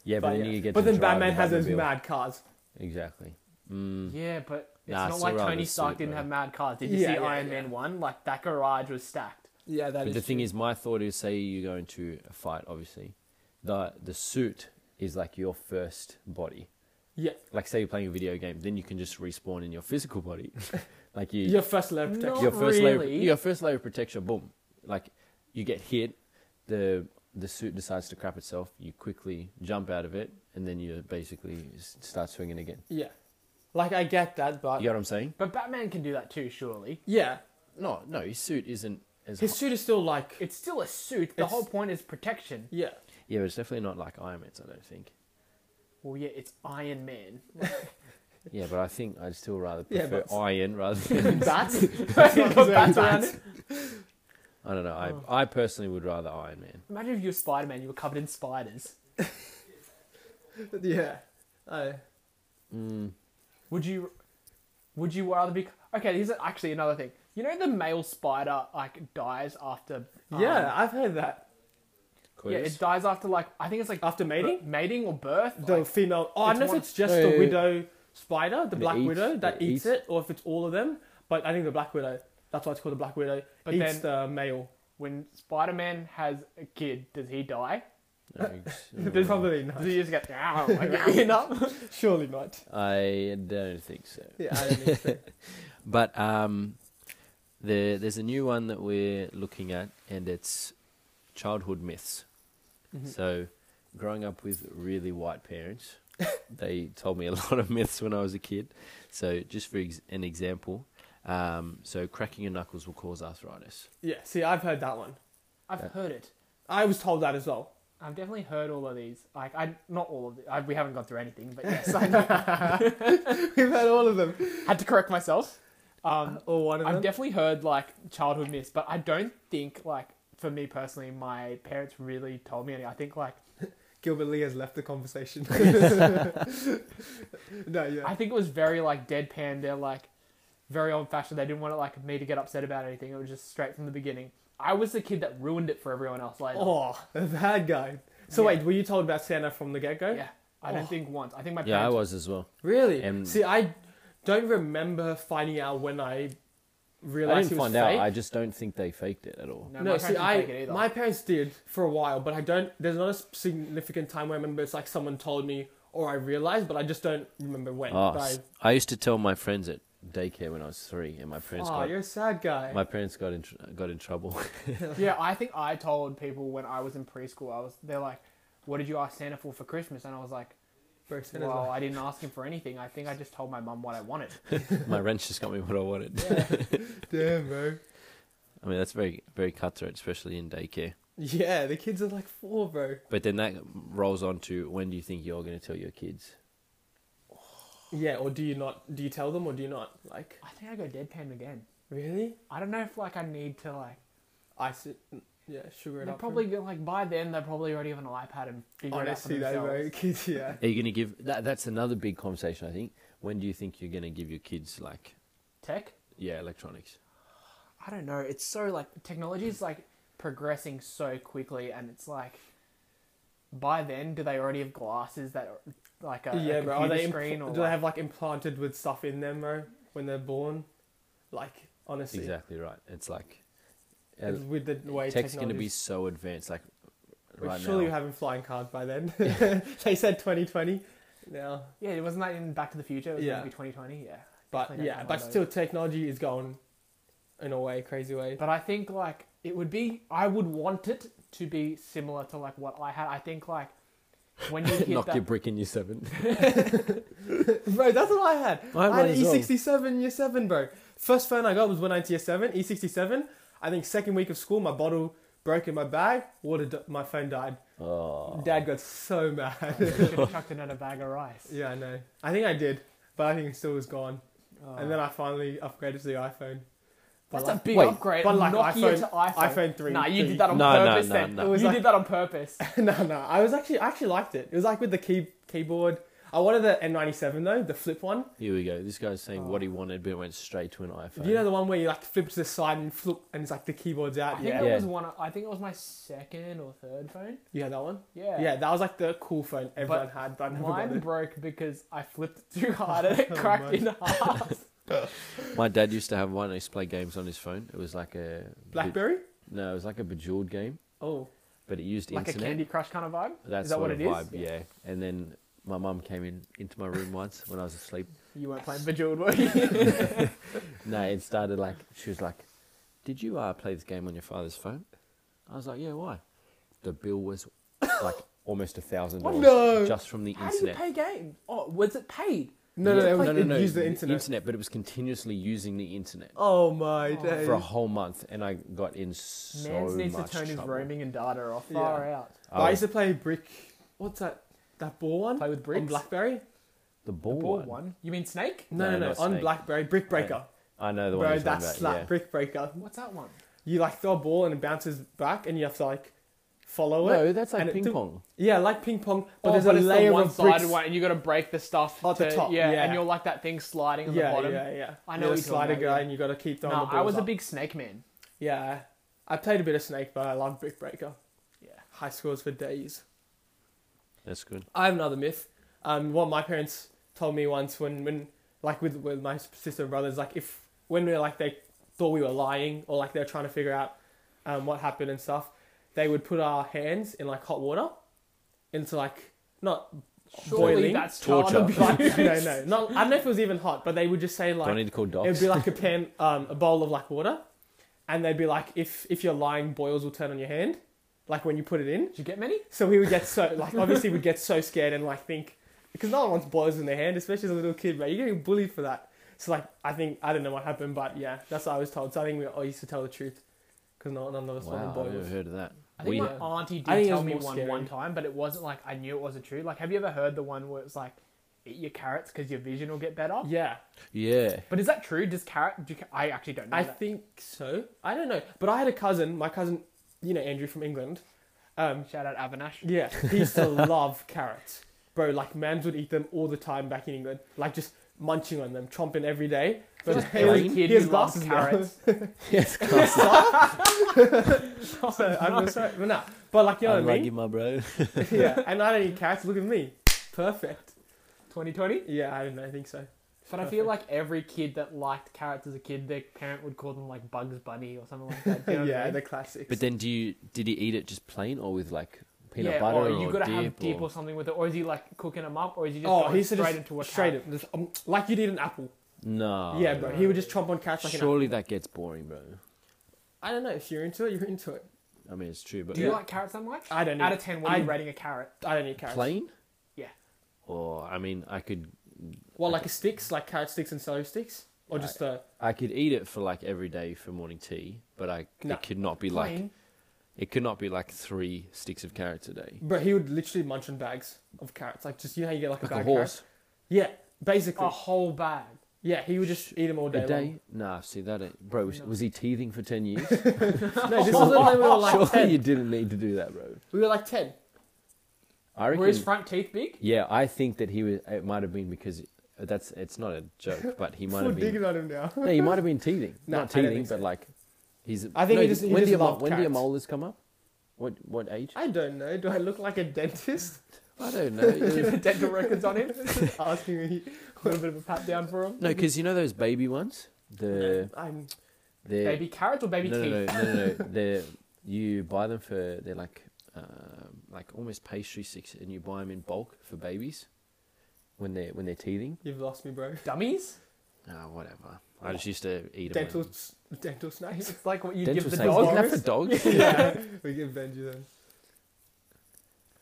C: Yeah, but,
B: But,
C: then
B: yeah.
C: you get.
B: but
C: to
B: then
C: drive the
B: Batman has those
C: Batmobile.
B: mad cars.
C: Exactly. Mm.
A: yeah, but it's
C: Nah,
A: not
C: still
A: like
C: rather
A: Tony
C: suit,
A: Stark didn't
C: though.
A: have mad cars. Did you
B: Yeah,
A: see
B: yeah,
A: Iron
B: yeah.
A: Man one? Like that garage was stacked.
B: Yeah, that
C: But
B: is.
C: the thing is, my thought is, say you go into a fight. Obviously, the the suit is like your first body.
B: yeah,
C: Like, say you're playing a video game, then you can just respawn in your physical
B: [laughs]
C: body. like you,
B: your first layer of protection.
A: Not
C: your first layer,
A: really.
C: your first layer of protection. Boom. Like, you get hit. The the suit decides to crap itself. You quickly jump out of it, and then you basically s- start swinging again.
B: Yeah, like I get that, but
C: You know what I'm saying?
A: But Batman can do that too, surely.
B: yeah,
C: No, no. His suit isn't as.
B: his
C: hot.
B: suit is still like
A: It's still a suit. The
B: It's-
A: whole point is protection.
B: yeah.
C: Yeah, but it's definitely not like Iron Man's. I don't think.
A: Well, yeah, it's Iron
B: [laughs]
A: Man.
C: Yeah, but I think I'd still rather
B: Yeah,
C: prefer
B: but-
C: iron rather
A: [laughs]
C: than [laughs]
A: Bats. Bats around it.
C: I don't know. I,
A: Oh.
C: I personally would rather Iron Man.
A: Imagine if you were Spider Man, you were covered in spiders.
B: [laughs] Yeah. I,
C: Mm,
A: Would you? Would you rather be? Okay, here's actually another thing. You know the male spider like dies after. um,
B: yeah, I've heard that.
A: yeah,
C: Coitus?
A: it dies after like I think it's like
B: After mating?
A: b- mating or birth.
B: The
A: like-
B: female. Oh, I don't
A: it's
B: know if
A: one-
B: it's just
C: Yeah,
B: the
C: yeah, yeah.
B: widow spider, the
C: That
B: black
C: eats-
B: widow, that
C: that
B: eats
C: eats-
B: it, or if it's all of them. But I think the black widow. That's why it's called the black widow.
A: But
B: eats the male.
A: when Spider Man has a kid, does he die?
C: No, it's-
B: [laughs]
A: There's
B: Probably not.
A: Does he [laughs] just get like eaten up?
B: Surely not.
C: I don't think so.
B: Yeah, I don't think so.
C: But um, there, there's a new one that we're looking at, and it's childhood myths.
B: Mm-hmm.
C: So, growing up with really white parents, [laughs] they told me a lot of myths when I was a kid. So, just for ex- an example, um, so cracking your knuckles will cause arthritis.
B: [laughs] yeah. See, I've heard that one.
A: I've
C: Yeah.
A: heard it.
B: I was told that as well.
A: I've definitely heard all of these. Like I not all of the I, we haven't gone through anything, but yes, I know.
B: [laughs] We've heard all of them.
A: [laughs] had to correct myself. Um,
B: Or one of
A: I've
B: them.
A: definitely heard like childhood myths, but I don't think like for me personally, my parents really told me any. I think like
B: Gilbert Lee has left the
C: [laughs]
B: conversation. [laughs] no, yeah.
A: I think it was very like deadpan. They're like very old fashioned. They didn't want it like me to get upset about anything. It was just straight from the beginning. I was the kid that ruined it for everyone else later.
B: [laughs] Oh, a bad guy. So
A: Yeah.
B: wait, were you told about Santa from the get-go?
A: Yeah, I don't
B: Oh.
A: think once. I think my
C: Yeah, I
A: parents.
C: was as well.
B: Really?
C: And-
B: See, I don't remember finding out when I realized
C: I didn't
B: it was
C: find
B: fake.
C: out. I just don't think they faked it at all.
A: No,
B: no,
A: my
B: see,
A: parents didn't take it
B: I
A: either. [laughs]
B: my parents did for a while, but I don't. There's not a significant time where I remember it's like someone told me or I realized, but I just don't remember when.
C: Oh,
B: but I,
C: s- I used to tell my friends at daycare when I was three, and my parents
B: oh,
C: got
B: you're a sad guy.
C: my parents got in tr- got in trouble.
A: yeah, I think I told people when I was in preschool. I was they're like, "What did you ask Santa for for Christmas?" And I was like,
B: Bro, Santa's
A: "Well,
B: like-
A: I didn't ask him for anything. I think I just told my mum what I wanted."
C: [laughs] my wrench just got me what I wanted.
B: damn, bro.
C: [laughs] I mean, that's very very cutthroat, especially in daycare.
B: Yeah, the kids are like four, bro.
C: But then that rolls on to when do you think you're going to tell your kids?
B: Yeah, or do you not? Do you tell them or do you not? Like,
A: I think I go deadpan again.
B: really?
A: I don't know if like I need to like.
B: I sit. Yeah, sugar it
A: They're
B: up. for
A: probably
B: them.
A: go- like by then they'll probably already have an iPad and figure
B: honestly
A: it out
B: though,
A: for
B: bro.
A: themselves.
B: [laughs]
A: [laughs]
B: Kids, yeah.
C: Are you going to give that? That's another big conversation. I think. When do you think you're going to give your kids like
A: Tech?
C: yeah electronics?
A: I don't know. It's so like technology is like progressing so quickly, and it's like by then do they already have glasses that are like a,
B: yeah,
A: a
B: bro. Are
A: computer
B: they impl-
A: screen or
B: do they
A: like-
B: have like implanted with stuff in them, bro, when they're born? Like, honestly,
C: Exactly right. It's like uh,
B: it's with the way
C: tech's
B: tech's
C: going to be so advanced. Like right
B: surely
C: now,
B: we're having flying cars by
C: [laughs]
B: then. [laughs] they said 2020 now,
A: Yeah, it wasn't that in Back to the Future. It was
B: Yeah.
A: going to be 2020. Yeah,
B: but
A: Definitely don't
B: yeah,
A: have
B: but
A: one of
B: still, technology is going in a way crazy way.
A: but I think like it would be. I would want it to be similar to like what I had. I think like when
C: [laughs]
A: you hit
C: knock
A: that.
C: your
A: [laughs]
C: brick in your seven. [laughs]
B: bro, that's what I had.
C: I had
B: I had
C: one
B: an
C: as well.
B: E67 year 7, bro. First phone I got was 190 year 7, E67. I think second week of school, my bottle broke in my bag, water, di- my phone died.
C: Oh.
B: Dad got so mad. [laughs]
A: should have chucked it in a bag of rice.
B: yeah, I know. I think I did, but I think it still was gone.
A: Oh.
B: And then I finally upgraded to the iPhone. But
A: That's
B: like,
A: a big
C: Wait,
A: upgrade.
B: but like
A: Nokia
B: iPhone-
A: to iPhone.
B: iPhone 3.
A: Nah, you
B: 3.
A: did that on
C: No, no,
A: purpose.
C: no,
A: then
C: no.
B: It was
A: you
B: like- [laughs]
A: did that on purpose.
B: no, no. I was actually I actually liked it. It was like with the key keyboard. I wanted the N97 though, the flip one.
C: Here we go. This guy's saying what he wanted, but it went straight to an iPhone.
B: Oh. You know the one where you like flip to the side and flip, and it's like the keyboard's
A: I
B: out.
A: think
B: Uh, Yeah,
A: it
C: Yeah.
A: was one. I think it was my second or third phone.
B: you had that one.
A: Yeah.
B: Yeah, that was like the cool phone everyone had. But I never got
A: Mine
B: it.
A: broke because I flipped it too hard and it
B: [laughs] Oh,
A: cracked
B: man.
A: in
C: [laughs]
A: half.
C: My dad used to have one. He used to play games on his phone. It was like a
B: BlackBerry.
C: no, it was like a bejeweled game,
B: Oh,
C: but it used
A: like a
C: internet.
A: Candy Crush kind of vibe.
C: That's
A: Is that what
C: sort of
A: it is?
C: vibe, yeah. And then my mum came in into my room once when I
A: [laughs]
C: was asleep.
A: You weren't
B: [laughs]
A: playing Bejeweled, were you?
C: No, it started like she was like, "Did you uh, play this game on your father's phone?" I was like, "Yeah, why?" The bill was like almost a thousand
A: What?
C: dollars
B: No.
C: just from the
A: Oh, How do you
C: internet.
A: pay game? Oh, was it paid?
B: no,
C: Yeah.
B: no, no,
C: no, no, no,
B: Use the internet.
C: but it was continuously using the internet
B: Oh my days.
C: for a whole month, and I got in so
A: Mans needs to
C: much
A: turn his
C: trouble. Oh,
A: roaming and data off.
B: Yeah.
A: Far out.
C: I
B: I
C: was-
B: used to play brick. What's that? That ball one
A: Play with bricks.
B: on BlackBerry.
C: the ball,
A: Ball
C: one.
A: one. You mean Snake?
B: No,
C: No,
B: no, no,
C: not
B: on
C: Snake.
B: BlackBerry, Brick Breaker.
C: I know the one.
B: Bro,
C: you're talking
B: that
C: about,
B: slap
C: yeah.
B: Brick Breaker.
A: What's that one?
B: You like throw a ball and it bounces back, and you have to like follow it.
C: No, that's like
B: And it
C: ping
B: took-
C: pong.
B: Yeah, like ping pong, but
A: Oh,
B: there's a
A: it's the
B: layer of bricks.
A: one-sided one, and you got to break the stuff
B: At the
A: to-
B: top,
A: Yeah,
B: yeah.
A: and you're like that thing sliding on the
B: Yeah,
A: bottom.
B: yeah, yeah.
A: I know what
B: You're a
A: you're talking
B: slider
A: about,
B: guy,
A: yeah.
B: and you got to keep throwing
A: No,
B: the
A: I
B: balls
A: was a
B: up.
A: big Snake man.
B: Yeah, I played a bit of Snake, but I love Brick Breaker.
A: Yeah.
B: High scores for days.
C: That's good.
B: I have another myth. Um, what my parents told me once when, when like with, with my sister and brothers, like if when we were like they thought we were lying or like they were trying to figure out um, what happened and stuff, they would put our hands in like hot water, into like not [laughs]
A: Surely
B: boiling.
A: that's
C: Torture.
A: child abuse.
B: like, [laughs] no, no, not. I don't know if it was even hot, but they would just say
C: Do I
B: like
C: need to call
B: it would
C: docs?
B: be like a pan, um, a bowl of like water, and they'd be like, if if you're lying, boils will turn on your hand, like when you put it
A: [laughs]
B: in.
A: Did you get many?
B: So we would get so like obviously we'd get so scared and like think because no one wants boils in their hand, especially as a little kid, right? You're getting bullied for that. So like I think I don't know what happened, but yeah, that's what I was told. So I think we all used to tell the truth because no none of us
C: wow,
B: wanted
C: I've never
B: boils.
C: heard of that.
A: I
C: We-
A: think my auntie
B: I
A: did
B: think it
A: tell
B: was
A: me
B: more
A: one
B: scary.
A: one time, but it wasn't like I knew it wasn't true. Like, have you ever heard the one where it's like, eat your carrots because your vision will get better?
B: Yeah,
C: [laughs]
B: [laughs]
C: yeah.
A: But is that true? Does carrot? Do, ca- I actually don't know.
B: I
A: that.
B: think so. I don't know, but I had a cousin, my cousin, you know Andrew from England. Um,
A: Shout out Avinash.
B: yeah, he
A: [laughs]
B: used to love carrots, bro. Like mans would eat them all the time back in England, like just munching on them, chomping every day. But [laughs]
A: Just
B: he, was-
A: every kid
B: he has
A: who loves
B: glasses
A: [laughs]
B: now.
A: carrots.
B: [laughs]
C: [laughs] Yes, class.
A: [laughs]
B: So I'm sorry, but nah. But like you know
C: I'm
B: what I
C: like you,
B: mean?
C: my bro.
B: yeah, and I don't eat carrots. Look at me, perfect.
A: 2020.
B: Yeah, I don't know. I
A: [laughs]
B: think so.
A: But I feel like every kid that liked carrots as a kid, their parent would call them like Bugs Bunny or something like
B: [laughs]
A: that. Do you know what I
B: yeah,
A: mean?
B: the classics.
C: But then, do you did he eat it just plain or with like peanut
A: yeah,
C: butter
A: or
C: or,
A: you gotta
C: dip?
A: have dip or...
C: or-
A: something with it, or is he like cooking them up, or is he just
B: oh,
A: going
B: he
A: straight
B: said just
A: into Oh, a
B: straight
A: carrot?
B: up, just, um, like you'd eat an apple.
C: No.
B: yeah, bro. He would just chomp on carrots like an apple.
C: Surely that gets boring, bro.
B: I don't know if you're into it. You're into it.
C: I mean, it's true, but
A: Do you
B: Yeah.
A: like carrots that much?
B: I don't
A: Out
B: eat-
A: of ten, what are you
B: I-
A: rating a carrot?
B: I don't eat carrots.
C: plain?
A: Yeah.
C: Or I mean, I could
B: Well, like a sticks, like carrot sticks and celery sticks, or just uh, the
C: I could eat it for like every day for morning tea, but I
B: No.
C: it could not be like
A: Plain?
C: it could not be like three sticks of carrots a day.
B: bro. He would literally munch on bags of carrots, like just you know how you get like,
C: Like
B: a
C: a
B: bag
C: horse
B: Of carrots? Yeah, basically.
A: a whole bag.
B: Yeah, he would just eat them all day.
C: a day? Nah, see that, ain't- bro. Was,
A: No.
C: was he teething for ten years?
B: Long. No,
C: [laughs]
B: this is when we were [laughs] like
C: Surely
B: ten.
C: you didn't need to do that, bro.
B: We were like ten.
C: I
A: Were his
C: reckon.
A: front teeth big?
C: Yeah, I think that he was. It might have been because uh, that's. It's not a joke, but he might have been.
B: on him now.
C: No, he might have
B: [laughs]
C: been teething.
B: No,
C: Not
B: I don't
C: teething,
B: think so.
C: but like he's.
B: I think
C: no,
B: he just- he
C: when
B: just
C: do your mol-
B: loved
C: when do your
B: carrots.
C: molars come up? What what age?
B: I don't know. Do I look like a dentist? [laughs]
C: I don't
A: [laughs]
C: [laughs] know.
A: Dental records on him.
B: Asking me [laughs]
A: A little bit of a pat down for him.
C: no, because you know those baby ones. The
B: I'm
C: they're,
A: Baby carrots or baby
C: no, no,
A: teeth?
C: no, no, no,
A: [laughs]
C: no. They're you buy them for they're like um, like almost pastry sticks, and you buy them in bulk for babies when they're when they're teething.
B: you've lost me, bro.
A: Dummies?
C: Ah, whatever. I just used to eat them.
B: Dental s- dental snacks.
A: It's like what you
C: Dental
A: give the
C: snakes.
A: dog.
C: Isn't that for
B: [laughs]
C: dogs?
B: yeah,
C: [laughs]
B: we can bend you then.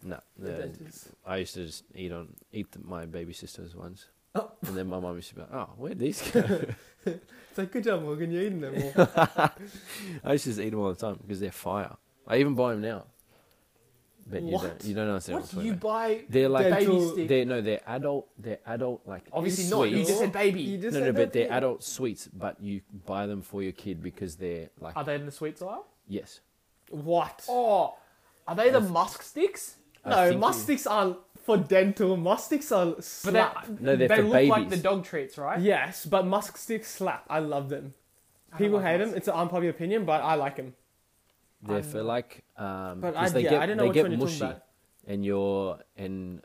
C: no,
B: The
C: the-
B: dentist. [laughs]
C: I used to just eat on eat the, my baby sister's ones.
B: Oh.
C: And then my mum used to be like, "Oh,
A: [laughs]
C: where'd these go?" [laughs]
B: It's like good job, Morgan. You're eating them all.
C: I used to just eat them all the time because they're fire. I even buy them now. But you
A: What?
C: don't. You don't understand
A: What
C: what,
A: do
C: I'm
A: you
C: talking about.
A: buy?
C: They're like
A: baby
B: dental-
A: stick.
C: they're no, they're adult. They're adult like
A: Obviously not. You
C: sweets.
A: just said
B: you
A: baby.
B: just
C: no, no,
B: said
C: but
B: that
C: they're
B: thing.
C: adult sweets, but you buy them for your kid because they're like
A: Are they in the sweets aisle?
C: yes.
B: What?
A: Oh, are they the musk sticks?
C: I
B: No,
C: think you-
B: mustics aren't for dental. Mustics are
A: But they,
B: slap.
C: No, they're
A: they
C: for
A: look like the
C: babies.
A: dog treats, right?
B: yes, but mustics slap. I love them.
A: I don't
B: People
A: like
B: hate them.
A: mustics.
B: It's an unpopular opinion, but I like them.
C: They're
A: I'm-
C: for like um
B: But
C: 'cause
B: I-
C: they
B: yeah,
C: get
B: I don't know
C: they
B: which
C: get
B: one you're talking
C: mushy
B: about.
C: and you're and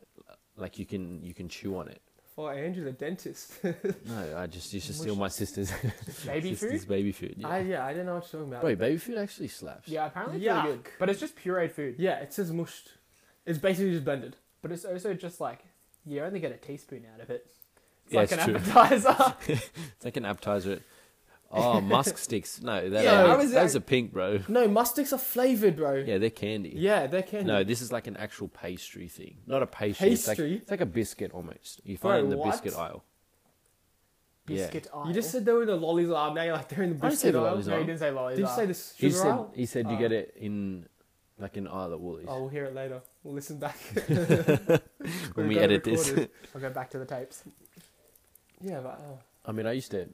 C: like you can you can chew on it.
B: For Andrew, the Oh, dentist. [laughs]
C: No, I just used to steal my sister's [laughs]
A: Baby
C: sister's
A: food?
C: baby food. Yeah.
B: I, yeah, I don't know what you're talking about.
C: Wait, baby food actually slaps.
A: Yeah, apparently it's really good.
B: Yuck.
A: But it's just pureed food.
B: Yeah, it says mushed. It's basically just blended.
A: But it's also just like, you only get a teaspoon out of it. It's
C: Yeah,
A: like
C: it's
A: an
C: true. [laughs]
A: appetizer.
C: It's like an appetizer.
B: [laughs]
C: Oh, musk sticks. No, that
B: Yeah,
A: I
C: are,
A: was-
C: those are pink, bro.
B: No, mustics are flavored, bro.
C: Yeah, they're candy.
B: Yeah, they can.
C: No, this is like an actual pastry thing. Not a pastry. It's like,
B: Pastry?
C: it's like a biscuit almost. You
B: Bro,
C: find it in the
B: what?
C: biscuit aisle.
A: Biscuit aisle.
B: you just said they were in the lollies aisle. Now you're like they're in the
C: I didn't say
B: biscuit
C: the
B: aisle.
C: lollies
A: No, you didn't say lollies.
B: Did you say this
C: He
B: sugar
C: said,
B: aisle?
C: he said you
A: Oh.
C: get it in like an aisle at Woolies.
B: Uh. Oh, we'll hear it later. We'll listen
A: [laughs]
B: back. [laughs]
C: when
B: we've
C: we
B: got it
C: edit this.
B: recorded.
A: I'll go back to the tapes.
B: yeah, but uh,
C: I mean, I used to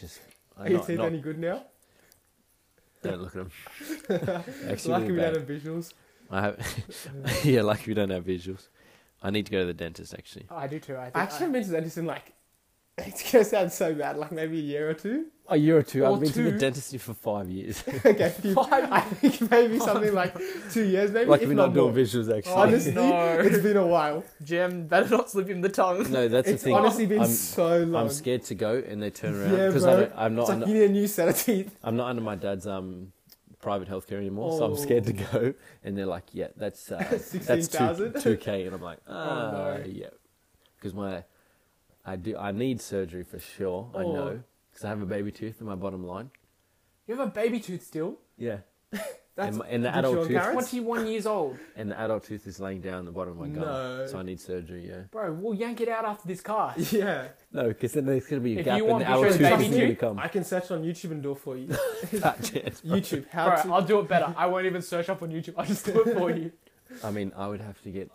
C: just. I
B: are your
C: not,
B: teeth
C: not,
B: any good now?
C: [laughs]
B: [laughs]
C: don't look at them. Actually,
B: Lucky
C: really
B: we don't
C: bad.
B: have visuals.
C: I have, [laughs] yeah, lucky we don't have visuals. I need to go to the dentist actually.
A: Oh, I do too. I think
B: I actually haven't been to the dentist in like. [laughs] It's gonna sound so bad. Like maybe a year or two. [laughs]
C: A year or two.
A: I've
C: I've
A: Or
C: been to the
A: two.
C: dentist for five [laughs] years.
A: [laughs]
B: okay, few- I think maybe something like two years, maybe.
C: Lucky
B: if
C: we're not
B: more.
C: doing visuals actually.
B: Honestly,
A: Oh, No.
B: it's been a while.
A: Jim, better not slip him the tongue. [laughs]
C: [laughs] no, that's
B: it's
C: the thing.
B: honestly been
C: I'm,
B: so long.
C: I'm scared to go and they turn around
B: Yeah,
C: because
B: bro.
C: I'm not.
B: It's
C: I'm
B: like
C: not
B: you need a new set of teeth.
C: I'm not under my dad's um private healthcare anymore, so I'm
B: Oh.
C: scared to go. And they're like, "Yeah, that's [laughs] uh, that's two
B: 16,000?
C: two k," and I'm [laughs] like, "Ah,
B: no.
C: yeah," because my I do I need surgery for sure. I
B: Oh.
C: know because I have a baby tooth in my bottom line.
A: You have a baby tooth still.
C: Yeah,
B: That's
C: and, my- and the
B: did you on
C: adult tooth
B: carrots?
A: 21 years old.
C: and the adult tooth is laying down the bottom of my gum,
B: No.
C: so I need surgery. Yeah,
A: Bro, we'll yank it out after this
B: [laughs]
A: car.
B: yeah.
C: no, because then there's gonna be a
A: If
C: gap,
A: you
C: and
A: want
C: the adult
A: pictures
C: tooth
A: of
C: is
A: baby
C: gonna
A: tooth,
C: come.
B: I can search on YouTube and do it
C: [laughs]
B: for you. YouTube, how
A: Bro,
B: to
A: I'll do it better. I won't even search up on YouTube. I'll just do it for you.
C: I mean, I would have to get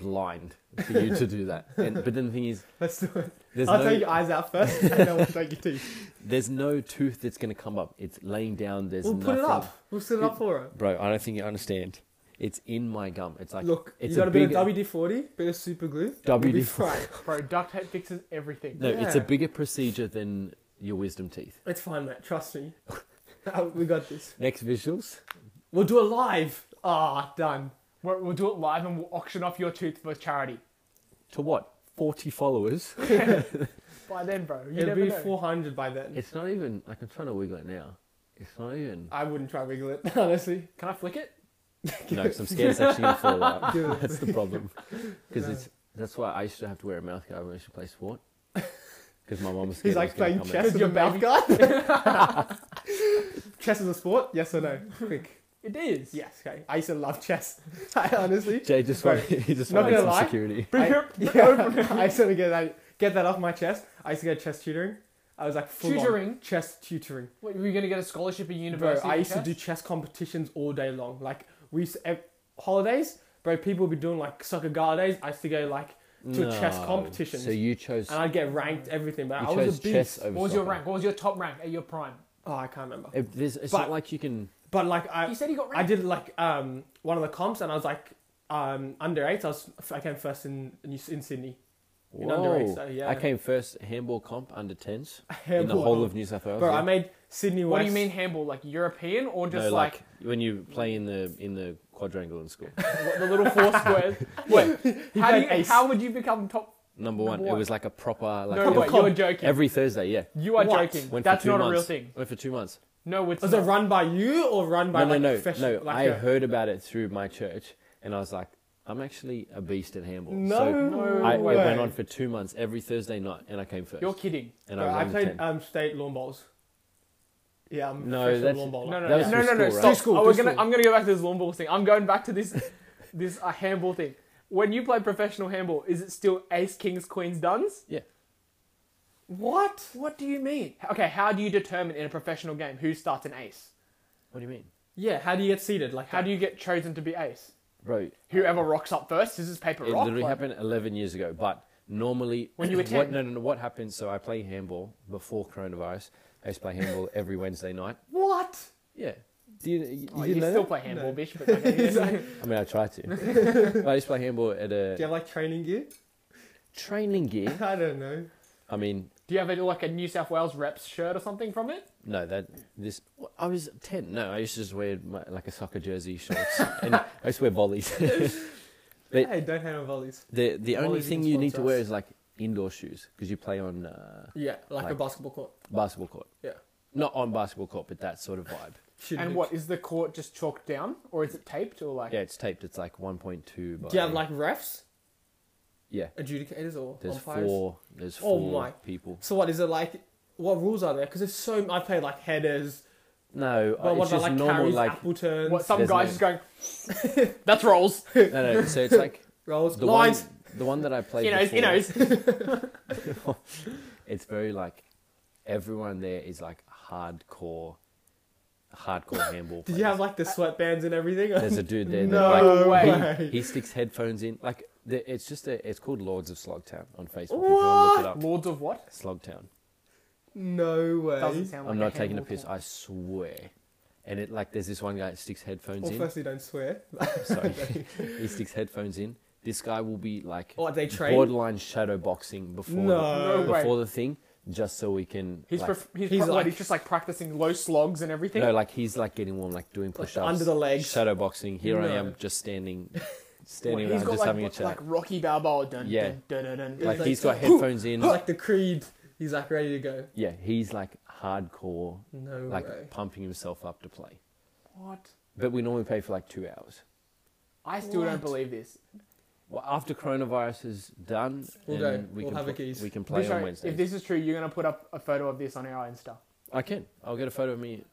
C: blind for you to do that. And, but then the thing is,
B: [laughs] let's do it.
C: there's
B: I'll
C: no
B: take your eyes out first, and then we'll take your teeth.
C: There's no tooth that's going to come up. It's laying down. [laughs] There's
B: We'll put
C: nothing.
B: it up. We'll set it up for her.
C: Bro, I don't think you understand. It's in my gum. It's like
B: Look,
C: it's
B: you got a,
C: big
B: bit of WD forty, bit of super glue. We'll be
C: WD.
B: fine.
A: Bro, duct tape fixes everything.
C: No, it's a
B: Yeah.
C: bigger procedure than your wisdom teeth.
B: It's fine, mate. Trust
C: [laughs]
B: me. Uh, we got this.
C: Next visuals.
B: We'll do it live. Ah, done.
A: We'll, we'll do it live and we'll auction off your tooth for charity.
C: To what? 40 followers.
A: By then, bro. You
B: It'll
A: never
B: be
A: know.
B: four hundred by then.
C: It's not even. Like I'm trying to wiggle it now. It's not even.
B: I wouldn't try wiggle it [laughs] honestly.
A: Can I flick it?
B: [laughs]
C: No, 'cause I'm scared it's actually going to fall out.
B: Give it-
C: That's the problem. Because
B: No.
C: it's that's why I used to have to wear a mouth guard when I used to
B: [laughs]
C: play sport. Because my mom was
B: He's
C: scared. it
B: like
C: was gonna
B: playing
C: come
B: chess
C: out.
A: Your
B: with your mouth guard. [laughs] chess is a sport? Yes or [laughs] no? Quick.
A: It is.
B: Yes. Okay. I used to love chess. [laughs] I honestly.
C: [laughs] Jay just
B: Bro,
C: wanted, he just
B: not
C: wanted
B: gonna
C: some
B: lie.
C: security.
A: Bring
B: I-
A: her up.
B: [laughs] Yeah, I used to get that get that off my chest. I used to go chess tutoring. I was like full
A: Tutoring?
B: on chess tutoring.
A: What, were you going to get a scholarship at
B: Bro,
A: university?
B: I
A: for
B: used
A: chess?
B: to do chess competitions all day long. Like we used to, ev- holidays, bro. People would be doing like soccer gala days. I used to go like to chess
C: No.
B: competitions.
C: So you chose
B: and I'd get ranked everything. But
C: you
B: I was
C: chose
B: a beast.
C: chess over
A: What was your
C: soccer.
A: rank? What was your top rank at your prime?
B: Oh, I can't remember.
C: If there's- it's not
B: But-
C: like you can.
B: But like I,
A: You said he got
B: I
A: ranked.
B: did like um, one of the comps, and I was like um, under eight. I was I came first in in Sydney. In underage,
C: Whoa.
B: so, yeah.
C: I came first handball comp
A: [laughs]
C: under tens in the
B: Handball.
C: whole of New South Wales.
B: Bro,
C: yeah.
B: I made Sydney.
A: What do
B: West-
A: you mean handball? Like European or
C: No,
A: just
C: like,
A: like,
C: when you play in the in the quadrangle
A: [laughs]
C: in school.
A: what, the little
B: [laughs]
A: four squares? Wait, how, do
B: played
A: you,
B: ace.
A: how would you become top?
C: Number one,
A: Number
C: it was like a proper like
A: No,
C: every,
A: wait,
B: comp.
A: you're joking.
C: every Thursday. Yeah,
A: you are
B: What?
A: joking.
C: Went for
A: That's
C: two
A: not a
C: months.
A: real thing.
C: Went for two months.
A: No, it's
B: Was it
A: not.
B: run by you or run by
C: no,
B: like
C: no, no,
B: professional?
C: no.
B: like
C: I
B: a-
C: heard about it through my church, and I was like, I'm actually a beast at handball.
B: no,
C: so
A: No
C: I, I
A: way.
C: went on for two months every Thursday night, and I came 1st
A: You're kidding.
C: and
B: Bro,
C: I was
B: I
C: under
B: played
C: 10.
B: um, state lawn bowls. Yeah, I'm a
C: No,
B: professional
C: that's-
B: lawn bowler.
A: No, no,
C: That
A: no,
C: was
A: no,
C: through
A: no, no.
C: school,
A: Stop.
B: right? Through school,
A: oh, we're
B: through
A: gonna,
B: school.
A: I'm going to go back to this lawn ball thing. I'm going back to
C: [laughs]
A: this this uh, handball thing. When you play professional handball, is it still ace, kings, queens, duns?
C: yeah,
A: What? What do you mean? Okay, how do you determine in a professional game who starts an ace?
C: what do you mean,
B: Yeah, how do you get seated? Like,
A: How do you get chosen to be ace?
C: bro?
A: Whoever rocks up first, this is paper
C: It
A: rock.
C: literally
A: like-
C: happened 11 years ago. But normally,
A: When you were 10.
C: what, no, no, no. What happened? So I play [laughs] handball before coronavirus. I used to play handball every Wednesday night.
B: What?
C: Yeah, Do you, you
A: Oh,
C: didn't
A: you
C: know
A: still
C: that?
A: play handball, bish, but
C: [laughs]
A: like, yeah.
C: I mean, I try to. I used to play handball at
B: Do you
C: a
B: have like training gear?
C: training gear.
B: [laughs] I don't know.
C: I mean,
A: [laughs] do you have a, like a New South Wales reps shirt or something from it?
C: no, that this. I was ten. No, I used to just wear my, like a soccer jersey,
A: [laughs]
C: shorts, and I used to wear volleys. [laughs] But-
B: hey, don't handle volleys.
C: the the
B: Volleys
C: only
B: you
C: thing
B: can
C: you need to
B: sponsor
C: wear
B: us.
C: is like indoor shoes because you play on uh,
B: Yeah, like, a
C: Like-
B: basketball court.
C: basketball court.
B: Yeah.
C: Not on basketball court, but that sort of vibe.
B: Shooting
A: and what is the court just chalked down, or is it taped, or like?
C: Yeah, it's taped. It's like 1.2 by.
B: Do you have like refs,
C: Yeah.
B: adjudicators, or
C: There's
B: umpires?
C: four. There's
B: Oh
C: four
B: my.
C: people.
B: So what is it like? What rules are there? Because there's so I played like headers,
C: No,
B: but
C: uh,
B: what
C: it's
B: about
C: just
B: like
C: normal
B: carries,
C: like.
B: apple turns,
A: What some
C: There's
A: guys
C: no-
A: just going.
C: [laughs]
A: That's rolls.
C: No, no. So
B: [laughs]
C: it's like
B: rolls,
C: the one.
B: lines.
C: The one that I played.
A: You know,
C: before,
A: you know.
C: It's very like everyone there is like hardcore, hardcore handball.
B: Did you have like
C: players.
B: the sweatbands and everything?
C: There's a dude there.
B: no
C: That, like,
B: way.
C: He, he sticks headphones in. Like the, it's just a. It's called Lords of Slogtown on Facebook. If you want to look it up.
A: Lords of what?
C: Slogtown.
B: [laughs] no way.
A: Doesn't sound like
C: I'm
A: a
C: not taking a
A: handball
C: piss.
A: court.
C: I swear. And it like there's this one guy that sticks headphones
B: Well,
C: in.
B: firstly, don't swear. [laughs]
C: Sorry, he sticks headphones in. This guy will be like
B: Or they train.
C: borderline shadow boxing before
B: No.
C: the,
A: No way.
C: before the thing, just so we can.
A: He's
C: like,
A: pref- he's,
B: he's
A: pro- what,
B: like-
A: he's just like practicing low slogs and everything.
C: no, like he's like getting warm, like doing
B: Like,
C: push-ups,
B: under the legs.
C: shadow boxing. Here I
B: No.
C: am,
B: [laughs]
C: just standing,
A: What,
C: standing
A: he's
C: around,
A: got
C: just
A: like,
C: having a
A: like,
C: chat.
A: Rocky Balboa. Dun,
C: Yeah.
A: dun, dun, dun, dun,
B: Yeah,
C: Like,
B: like-
C: he's got
B: [gasps]
C: headphones in.
B: It's like the creed. He's like ready to go.
C: Yeah, he's like hardcore,
B: No way.
C: like pumping himself up to play.
A: What?
C: But we normally play for like two hours.
A: I still
B: What?
A: don't believe this.
C: Well, after coronavirus is done,
B: We'll
C: and
B: go.
C: We
B: We'll
C: can
B: have a
C: pl-
B: geese.
C: We can play
A: Bish,
C: on
A: I-
C: Wednesday.
A: If this is true, you're gonna put up a photo of this on our Insta.
C: I can. I'll get a photo of me.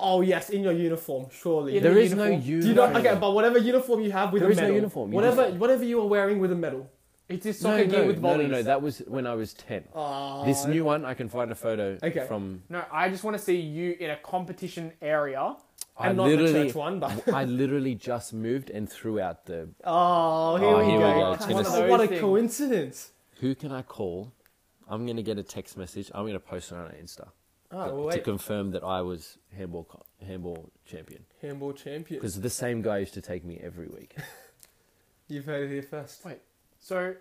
B: Oh yes, in your uniform, surely.
A: In
C: There
A: the
C: is no
A: uniform.
C: uniform.
B: Do you not? Okay, but whatever uniform you have with
C: There
B: a
C: is no
B: medal,
C: uniform, you
B: whatever
C: just-
B: whatever you are wearing with a medal.
A: It's his
C: no,
A: soccer gear
C: no,
A: with
C: no,
A: volleys.
C: no, no. That was when I was ten.
B: Oh,
C: this new one, I can find a photo
B: Okay.
C: from.
A: No, I just want to see you in a competition area.
C: I
B: and not the
C: literally,
B: church one, but
C: [laughs] I literally just moved and threw out the.
B: [laughs] oh, here,
C: Oh,
B: we,
C: here we
B: go.
C: go. It's
B: Oh,
C: gonna
B: what
A: say-
B: a
A: things.
B: coincidence!
C: Who can I call? I'm gonna get a text message. I'm gonna post it on Insta to-
B: Oh,
C: to
B: wait,
C: confirm that I was handball co- handball champion
B: handball champion.
C: because the same guy used to take me every week.
B: You've heard it here first. [laughs]
A: Wait, so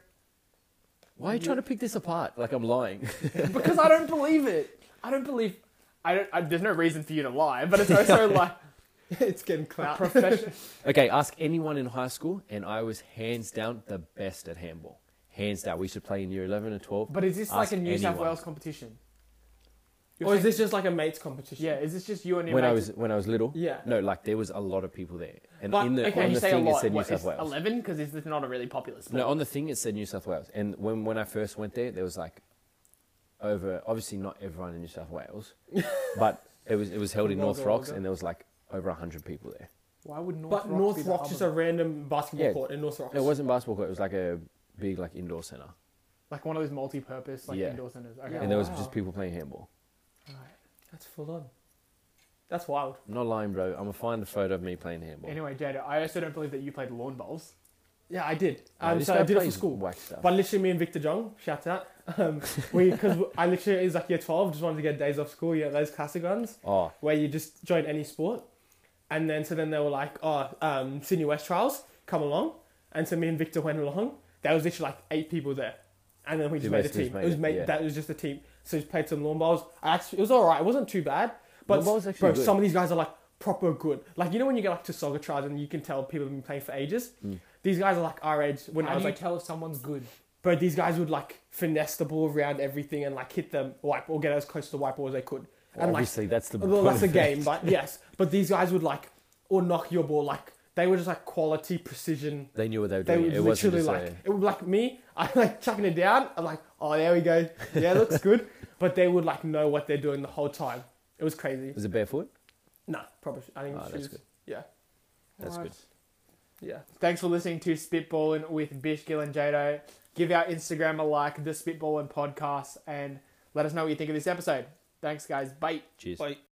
C: Why are you trying to pick this apart? Like I'm lying. [laughs]
A: because I don't believe it. I don't believe. I don't. I, there's no reason for you to lie, but it's also
C: [laughs]
A: like
B: it's getting
A: a
B: clapped.
A: profession.
C: Okay, ask anyone in high school, and I was hands down the best at handball. Hands down. We usuld play in year 11 and 12.
A: But is this
C: Ask
A: like a New South
C: anyone.
A: Wales competition? You're
B: Or is
A: saying-
B: this just like a mates competition?
A: Yeah, is this just you and your
C: when I
A: mates?
C: was when I was little,
B: Yeah.
C: no, like there was a lot of people there, and
B: But-
C: in the
B: okay,
C: on
A: you
C: the
A: say a
C: thing it
A: lot.
C: said New
A: What,
C: South
A: is
C: Wales.
A: eleven because it's it's not a really popular sport.
C: No, on the thing it said New South Wales, and when when I first went there, there was like over obviously not everyone in New
B: [laughs]
C: South Wales, but it was it was held in
B: Well
C: North
B: done, well
C: Rocks,
B: done.
C: and there was like over hundred people there.
A: Why would North
B: But
A: Rock be
B: North
A: the
B: Rock's
A: hub
B: just
A: of
B: a
A: it?
B: random basketball
C: Yeah.
B: court in North Rock.
C: No, it wasn't basketball court; it was like a big like indoor center,
A: like one of those multi-purpose like
C: Yeah.
A: indoor centers. Okay.
B: Yeah.
C: and there was
B: wow.
C: just people playing handball.
B: That's full on. That's wild.
C: I'm not lying, bro. I'm gonna find a photo of me playing handball.
A: Anyway, Jada, I also don't believe that you played lawn bowls.
B: Yeah, I did.
C: No,
B: Um,
C: this
B: so
C: guy
B: I did it for
C: plays
B: school.
C: Whack stuff.
B: But literally, me and Victor Jong, shout out. Um, we because I literally it was like year twelve, just wanted to get days off school. Yeah, those classic ones
C: oh,
B: where you just join any sport, and then so then they were like, oh, um, Sydney West Trials, come along, and so me and Victor went along. There was literally like eight people there, and then we just
C: You
B: made a
C: basically
B: team.
C: just made
B: it was
C: it,
B: made
C: yeah.
B: that was just a team. So just played some lawn bowls. I actually, it was all right. It wasn't too bad. But
C: Lawn bowl's actually
B: bro,
C: good.
B: some of these guys are like proper good. Like you know when you get like to soccer trials and you can tell people have been playing for ages.
C: Mm.
B: These guys are like our age when
A: How
B: I was
A: do you
B: like
A: tell if someone's good?
B: but these guys would like finesse the ball around everything and like hit them wipe or get as close to the white ball as they could.
C: well,
B: and like,
C: obviously that's the
B: well, that's
C: point
B: a
C: of it.
B: game, but yes. But these guys would like or knock your ball like they were just like quality precision.
C: [laughs] They knew what they were
B: They
C: doing.
B: would
C: it wasn't
B: literally
C: just
B: like
C: a-
B: it would like me. [laughs] I like chucking it down. I'm like, oh, there we go. Yeah, it
C: [laughs]
B: looks good. But they would like know what they're doing the whole time. It was crazy.
C: Was it barefoot?
B: No, probably. I think it
C: Oh,
B: was
C: that's
B: shoes.
C: good.
B: Yeah,
C: That's
A: Right.
C: good.
B: yeah.
A: Thanks for listening to Spitballing with Bish Gill and Jado. Give our Instagram a like, the Spitballing podcast, and let us know what you think of this episode. Thanks, guys. Bye.
C: Cheers.
B: Like